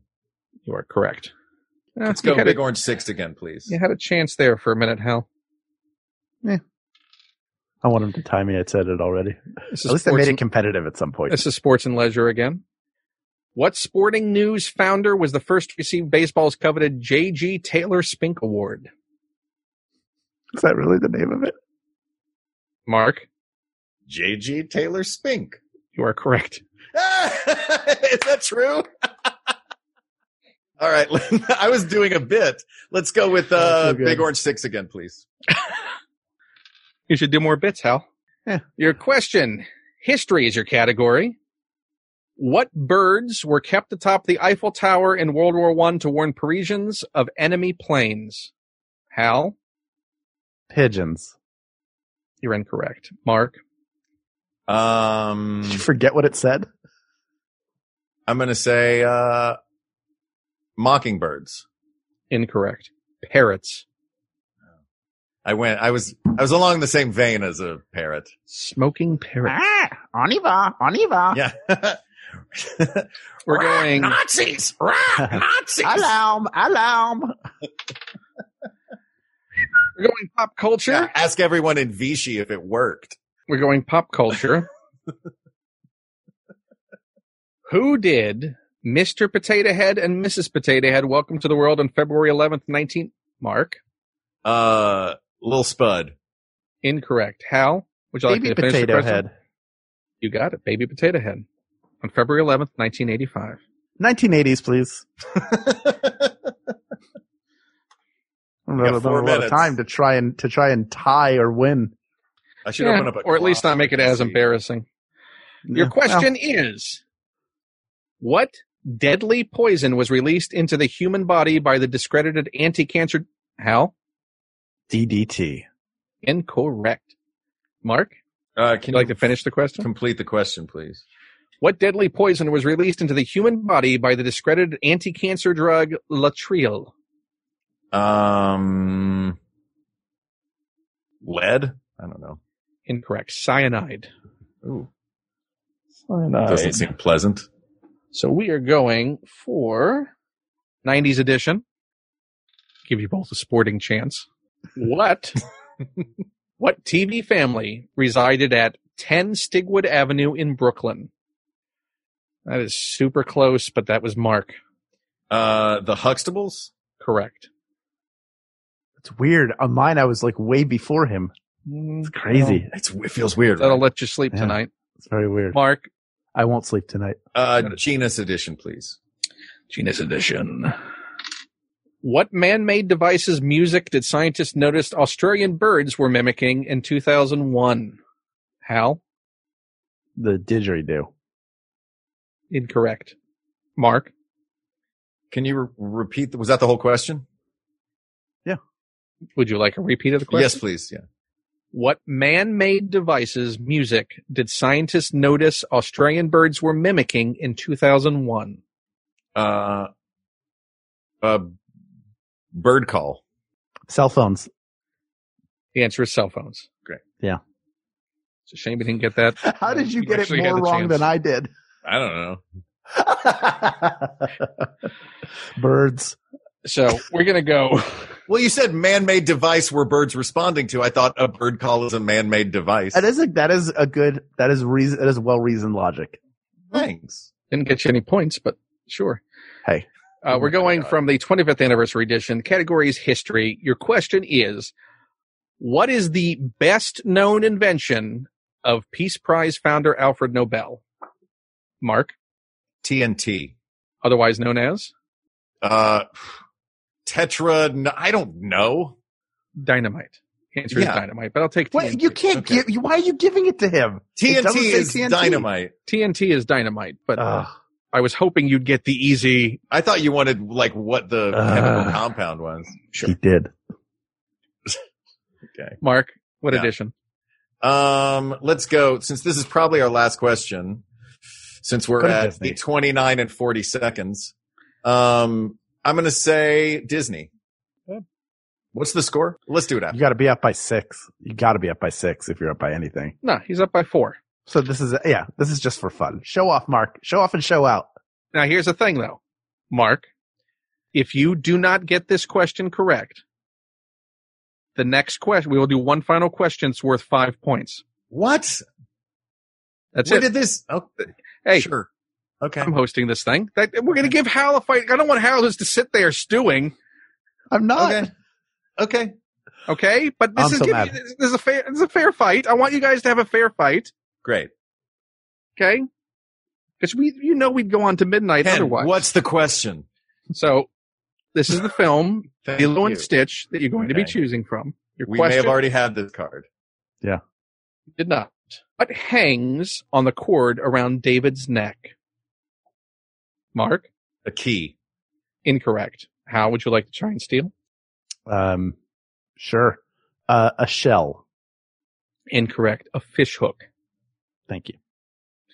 S2: you are correct. Eh,
S3: Let's
S2: you
S3: go
S2: had
S3: Big
S2: a-
S3: Orange Six again, please.
S2: You had a chance there for a minute, Hal.
S6: I want him to tie me. I said it already.
S2: This
S6: At least I made it
S2: and,
S6: competitive at some point.
S2: this is sports and leisure again. What sporting news founder was the first to receive baseball's coveted J.G. Taylor Spink Award?
S6: Is that really the name of it?
S2: Mark,
S3: J.G. Taylor Spink. [LAUGHS]
S2: you are correct.
S3: Ah! Is that true? [LAUGHS] All right. [LAUGHS] I was doing a bit. Let's go with uh,
S6: so good.
S3: Big Orange Six again, please.
S2: You should do more bits, Hal.
S6: Yeah.
S2: Your question history is your category. What birds were kept atop the Eiffel Tower in World War One to warn Parisians of enemy planes? Hal,
S6: Pigeons.
S2: you're incorrect. Mark,
S3: Um,
S6: Did you forget what it said?
S3: I'm going to say uh, Mockingbirds.
S2: incorrect. Parrots.
S3: I went. I was. I was along the same vein as a parrot.
S2: Smoking parrots.
S6: on Eva, on Eva.
S3: Yeah. [LAUGHS]
S2: We're going.
S3: Nazis.
S6: [LAUGHS]
S3: Rah, Nazis.
S6: Alarm, alarm.
S2: We're going pop culture.
S3: Yeah, ask everyone in Vichy if it worked.
S2: We're going pop culture.
S6: [LAUGHS]
S2: Who did Mr. Potato Head and Mrs. Potato Head welcome to the world on February 11th, 19? Mark,
S3: Uh, Lil Spud.
S2: incorrect. Hal, would you like
S6: Baby
S2: me to finish the
S6: potato
S2: question?
S6: head.
S2: You got it, baby potato head. On February 11th, 1985.
S6: 1980s, [LAUGHS] please. I don't
S3: You got
S6: know if I have a
S3: four
S6: lot
S3: minutes.
S6: of time to try and to try and tie or win.
S3: I should
S2: Yeah,
S3: open up a
S2: or at least
S3: clock.
S2: not make it
S3: I can
S2: as
S3: see.
S2: embarrassing. Your
S6: Yeah,
S2: question is What deadly poison was released into the human body by the discredited anti cancer? Hal?
S6: well, DDT.
S2: Incorrect. Mark,
S3: Uh,
S2: would
S3: can
S2: you like
S3: you
S2: to finish the question?
S3: complete the question, please?
S2: What deadly poison was released into the human body by the discredited anti cancer drug Latril?
S3: Um, lead. I don't know.
S2: Incorrect. Cyanide.
S3: Ooh,
S2: Uh,
S3: doesn't
S4: Cyanide.
S3: seem pleasant.
S2: So we are going for 90s edition. Give you both a sporting chance. What? what TV family resided at 10 Stigwood Avenue in Brooklyn? That is super close, but that was Mark.
S3: Uh, the Huxtables.
S2: Correct.
S6: It's weird. On mine, I was like way before him. It's crazy.
S3: It's, it feels weird.
S2: That'll
S3: Right?
S2: let you sleep
S6: Yeah.
S2: tonight.
S6: It's very weird.
S2: Mark,
S6: I won't sleep tonight.
S3: Uh, genus edition, please.
S2: Genus Edition. What man made devices music did scientists notice Australian birds were mimicking in 2001? Hal?
S6: The didgeridoo.
S2: Incorrect. Mark?
S3: Can you re- repeat? The, was that the whole question?
S2: Would you like a repeat of the question?
S3: Yes, please. Yeah.
S2: What man made devices music did scientists notice Australian birds were mimicking in 2001?
S3: Uh, uh, bird call.
S6: Cell phones.
S2: The answer is cell phones.
S3: Great.
S6: Yeah.
S2: It's a shame we didn't get that.
S6: [LAUGHS] How did you
S2: We
S6: get it
S2: actually had
S6: more
S2: the
S6: wrong
S2: chance.
S6: than I did?
S3: I don't know.
S6: [LAUGHS] Birds.
S2: So we're gonna go.
S3: Well, you said man-made device were birds responding to. I thought a bird call is a man-made device.
S6: That is a, that is a good that is reason that is well reasoned logic.
S3: Thanks.
S2: Didn't get you any points, but sure.
S6: Hey.
S2: Uh, we're
S3: Oh my
S2: going
S3: God.
S2: from the 25th anniversary edition. The category is history. Your question is What is the best known invention of Peace Prize founder Alfred Nobel? Mark,
S3: TNT.
S2: otherwise known as
S3: Uh, tetra. n- I don't know.
S2: dynamite. Answer
S3: Yeah.
S2: is dynamite, but I'll take TNT.
S6: What, you can't
S3: Okay.
S6: give. Why are you giving it to him? It doesn't
S3: TNT
S6: say
S3: is
S6: TNT.
S3: dynamite.
S2: TNT is dynamite, but
S6: Ugh.
S2: I was hoping you'd get the easy.
S3: I thought you wanted like what the
S6: Ugh.
S3: chemical compound was.
S6: He did.
S2: Mark, what
S3: Yeah.
S2: edition?
S3: Um, let's go. Since this is probably our last question, since we're
S6: Go to
S3: at
S6: Disney.
S3: the 29 and 40 seconds, um, I'm going to say Disney.
S2: Good.
S3: What's the score? Let's do it
S6: You
S3: after.
S6: got to be up by six. You got to be up by six if you're up by anything.
S2: No, he's up by four.
S6: So this is yeah. This is just for fun. Show off, Mark. Show off and show out.
S2: Now, here's the thing, though, Mark. If you do not get this question correct, the next question, we will do one final question. It's worth five points.
S3: What?
S2: That's
S3: Where
S2: it.
S3: did this? Oh,
S2: hey,
S3: sure. Okay.
S2: I'm hosting this thing. That, we're going to give Hal a fight. I don't want Hal just to sit there stewing.
S6: I'm not.
S3: Okay. Okay.
S2: Okay, but this
S6: I'm
S2: is
S6: so
S2: giving,
S6: mad.
S2: this is a fair this is a fair fight. I want you guys to have a fair fight.
S3: Great.
S2: Okay, because we you know we'd go on to midnight
S3: Ken,
S2: otherwise.
S3: what's the question?
S2: so? This is the film
S3: Thank
S2: Lilo
S3: you.
S2: and Stitch that you're going to be
S3: Okay.
S2: choosing from. Your
S3: We may
S2: question
S3: have already had this card.
S2: did not. What hangs on the cord around David's neck? Mark,
S3: A key.
S2: incorrect. How would you like to try and steal?
S6: Um, sure. Uh, a shell.
S2: Incorrect. A fish hook.
S6: Thank you.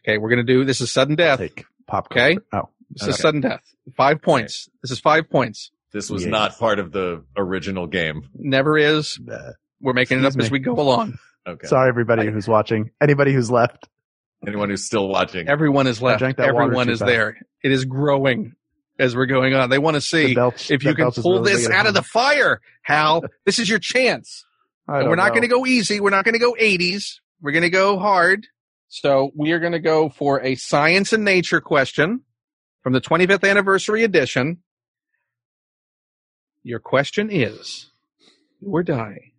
S2: Okay, we're gonna do this is sudden death.
S6: Take popcorn.
S2: Okay.
S6: Oh,
S2: This
S3: Okay.
S2: is sudden death. Five points. This is five points.
S3: This was
S6: Yes.
S3: not part of the original game.
S2: Never is.
S6: uh,
S2: We're making it up
S6: Excuse
S2: as
S6: me.
S2: we go along.
S3: Okay.
S6: sorry everybody
S2: I-
S6: who's watching. Anybody who's left.
S3: Anyone who's still watching.
S2: Everyone is left.
S6: drank that water
S2: Everyone
S6: too
S2: is
S6: fast.
S2: there. It is growing as we're going on. They want to
S6: The
S2: see
S6: belch-
S2: if
S6: the
S2: you can
S6: belch is
S2: pull
S6: really
S2: this
S6: big
S2: out of the fire,
S6: [LAUGHS]
S2: Hal. This is your chance.
S6: I
S2: And
S6: don't
S2: we're not
S6: know.
S2: going to go easy. We're not going to go 80s. We're going to go hard. So we are going to go for a science and nature question from the 25th anniversary edition. Your question is do or die.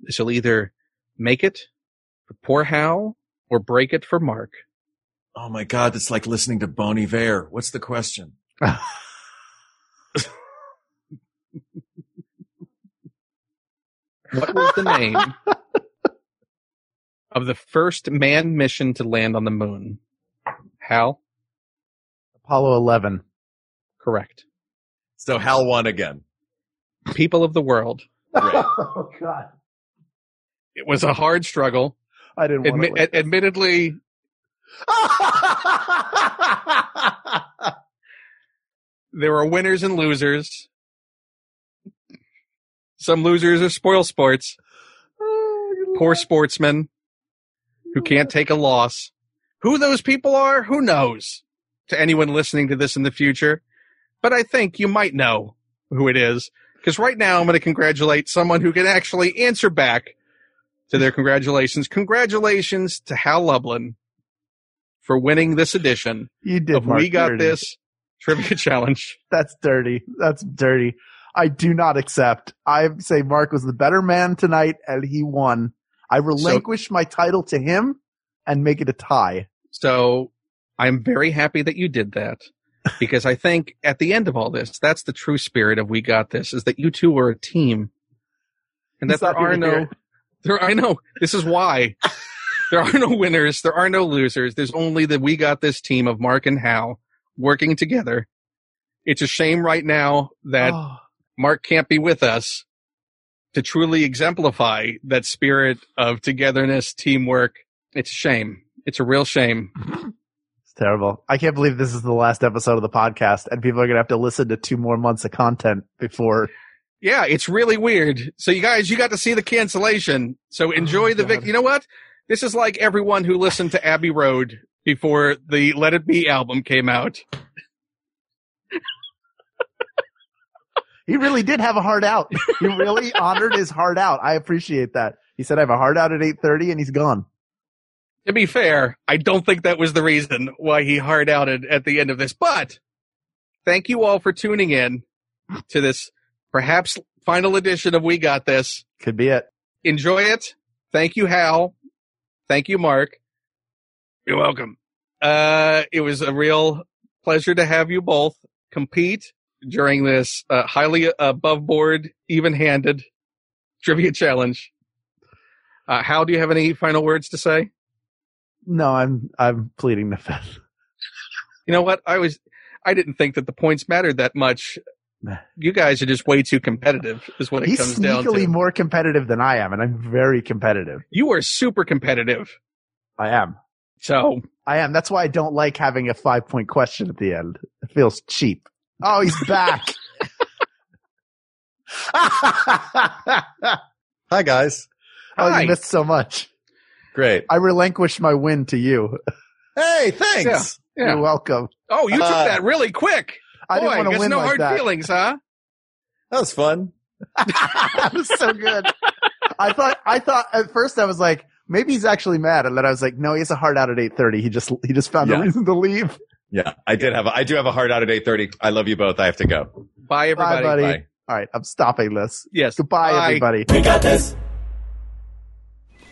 S2: This will either make it for poor Hal or break it for Mark.
S3: Oh my God. That's like listening to Bon Iver. What's the question?
S2: What was the
S6: [LAUGHS]
S2: name of the first manned mission to land on the moon? Hal,
S6: Apollo 11.
S2: correct.
S3: So Hal won again.
S2: People of the world.
S3: Great.
S6: [LAUGHS] Oh God.
S2: It was a hard struggle.
S6: I didn't want
S2: Admi-
S6: to. win.
S2: ad- admittedly, there were winners and losers. Some losers are spoil sports, poor sportsmen who can't take a loss. Who those people are, who knows? To anyone listening to this in the future, but I think you might know who it is because right now I'm going to congratulate someone who can actually answer back to their congratulations. Congratulations to Hal Lublin for winning this edition
S6: [LAUGHS] you did.
S2: of
S6: Mark.
S2: We Got
S6: Dirty.
S2: This Trivia [LAUGHS] Challenge.
S6: That's dirty. That's dirty. I do not accept. I say Mark was the better man tonight, and he won. I relinquish my title to him and make it a tie.
S2: So I'm very happy that you did that because I think at the end of all this, that's the true spirit of we got this is that you two are a team and that
S6: He's not
S2: there are
S6: even here.
S2: no, [LAUGHS] there, I know this is why there are no winners. There are no losers. There's only the we got this team of Mark and Hal working together. It's a shame right now that
S6: Oh,
S2: Mark can't be with us to truly exemplify that spirit of togetherness, teamwork. It's a shame. It's a real shame.
S6: it's terrible. I can't believe this is the last episode of the podcast, and people are gonna have to listen to two more months of content before.
S2: Yeah, it's really weird. So you guys, you got to see the cancellation. So enjoy the
S6: God.
S2: victory. You know what? This is like everyone who listened to Abbey Road before the Let It Be album came out.
S6: He really did have a heart out. He
S2: [LAUGHS]
S6: really honored his heart out. I appreciate that. He said, I have a heart out at 8.30 and he's gone.
S2: To be fair, I don't think that was the reason why he hard outed at the end of this, but thank you all for tuning in to this perhaps final edition of We Got This.
S6: Could be it.
S2: Enjoy it. Thank you, Hal. Thank you, Mark. You're welcome. Uh, it was a real pleasure to have you both compete during this uh, highly above board, even handed trivia challenge. Uh, Hal, do you have any final words to say?
S6: No, I'm, I'm pleading the fifth.
S2: You know what? I was, I didn't think that the points mattered
S6: [SIGHS]
S2: that much. You guys are just way too competitive, is what it
S6: He's
S2: comes down
S6: sneakily
S2: to.
S6: more competitive than I am and I'm very competitive.
S2: you are super competitive.
S6: I am.
S2: So
S6: I am. That's why I don't like having a five point question at the end. It feels cheap. Oh, he's back.
S2: [LAUGHS]
S6: [LAUGHS]
S3: Hi guys.
S6: oh,
S2: Hi.
S6: you missed so much.
S3: Great.
S6: I relinquished my win to you.
S3: Hey, thanks.
S2: Yeah.
S6: You're welcome.
S2: Oh, you took
S3: Uh,
S2: that really quick.
S6: I
S2: Boy,
S6: didn't want
S2: guess
S6: to win
S2: no
S6: like
S2: hard
S6: that.
S2: feelings, huh?
S3: That was fun.
S6: [LAUGHS] that was so good. I thought, I thought at first I was like, maybe he's actually mad, and then I was like, no, he has a heart out at eight thirty. He just he just found
S3: Yeah.
S6: a reason to leave.
S3: Yeah, I did have. A, I do have a hard out at eight thirty. I love you both. I have to go.
S2: Bye, everybody.
S6: buddy.
S3: Bye.
S6: All right, I'm stopping this.
S2: Yes.
S6: Goodbye,
S2: Bye.
S6: everybody.
S1: We got this.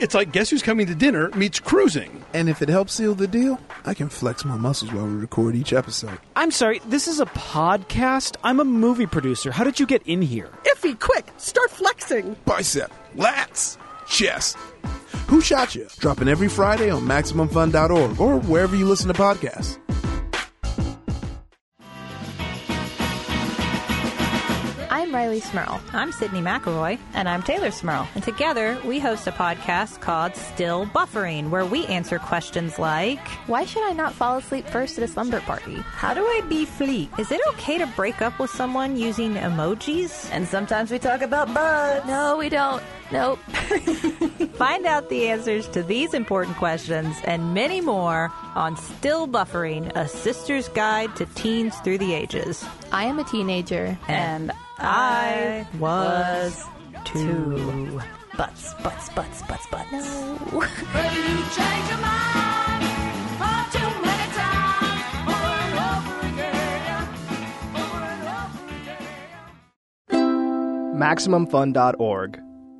S7: It's like Guess Who's Coming to Dinner meets Cruising.
S8: And if it helps seal the deal, I can flex my muscles while we record each episode.
S9: I'm sorry, this is a podcast? I'm a movie producer. How did you get in here?
S10: Iffy, quick, start flexing.
S8: Bicep, lats, chest. Who Shot Ya? Dropping every Friday on MaximumFun.org or wherever you listen to podcasts.
S11: I'm Riley Smurl. I'm Sydney McElroy. And I'm Taylor Smurl. And together, we host a podcast called Still Buffering, where we answer questions like Why should I not fall asleep first at a slumber party? How do I be fleet? Is it okay to break up with someone using emojis? And sometimes we talk about bugs. No, we don't. [LAUGHS] Nope. Find out the answers to these important questions and many more on Still Buffering, a sister's guide to teens through the ages. I am a teenager. And I was two. Butts, butts, butts, butts, butts. No.
S10: MaximumFun.org.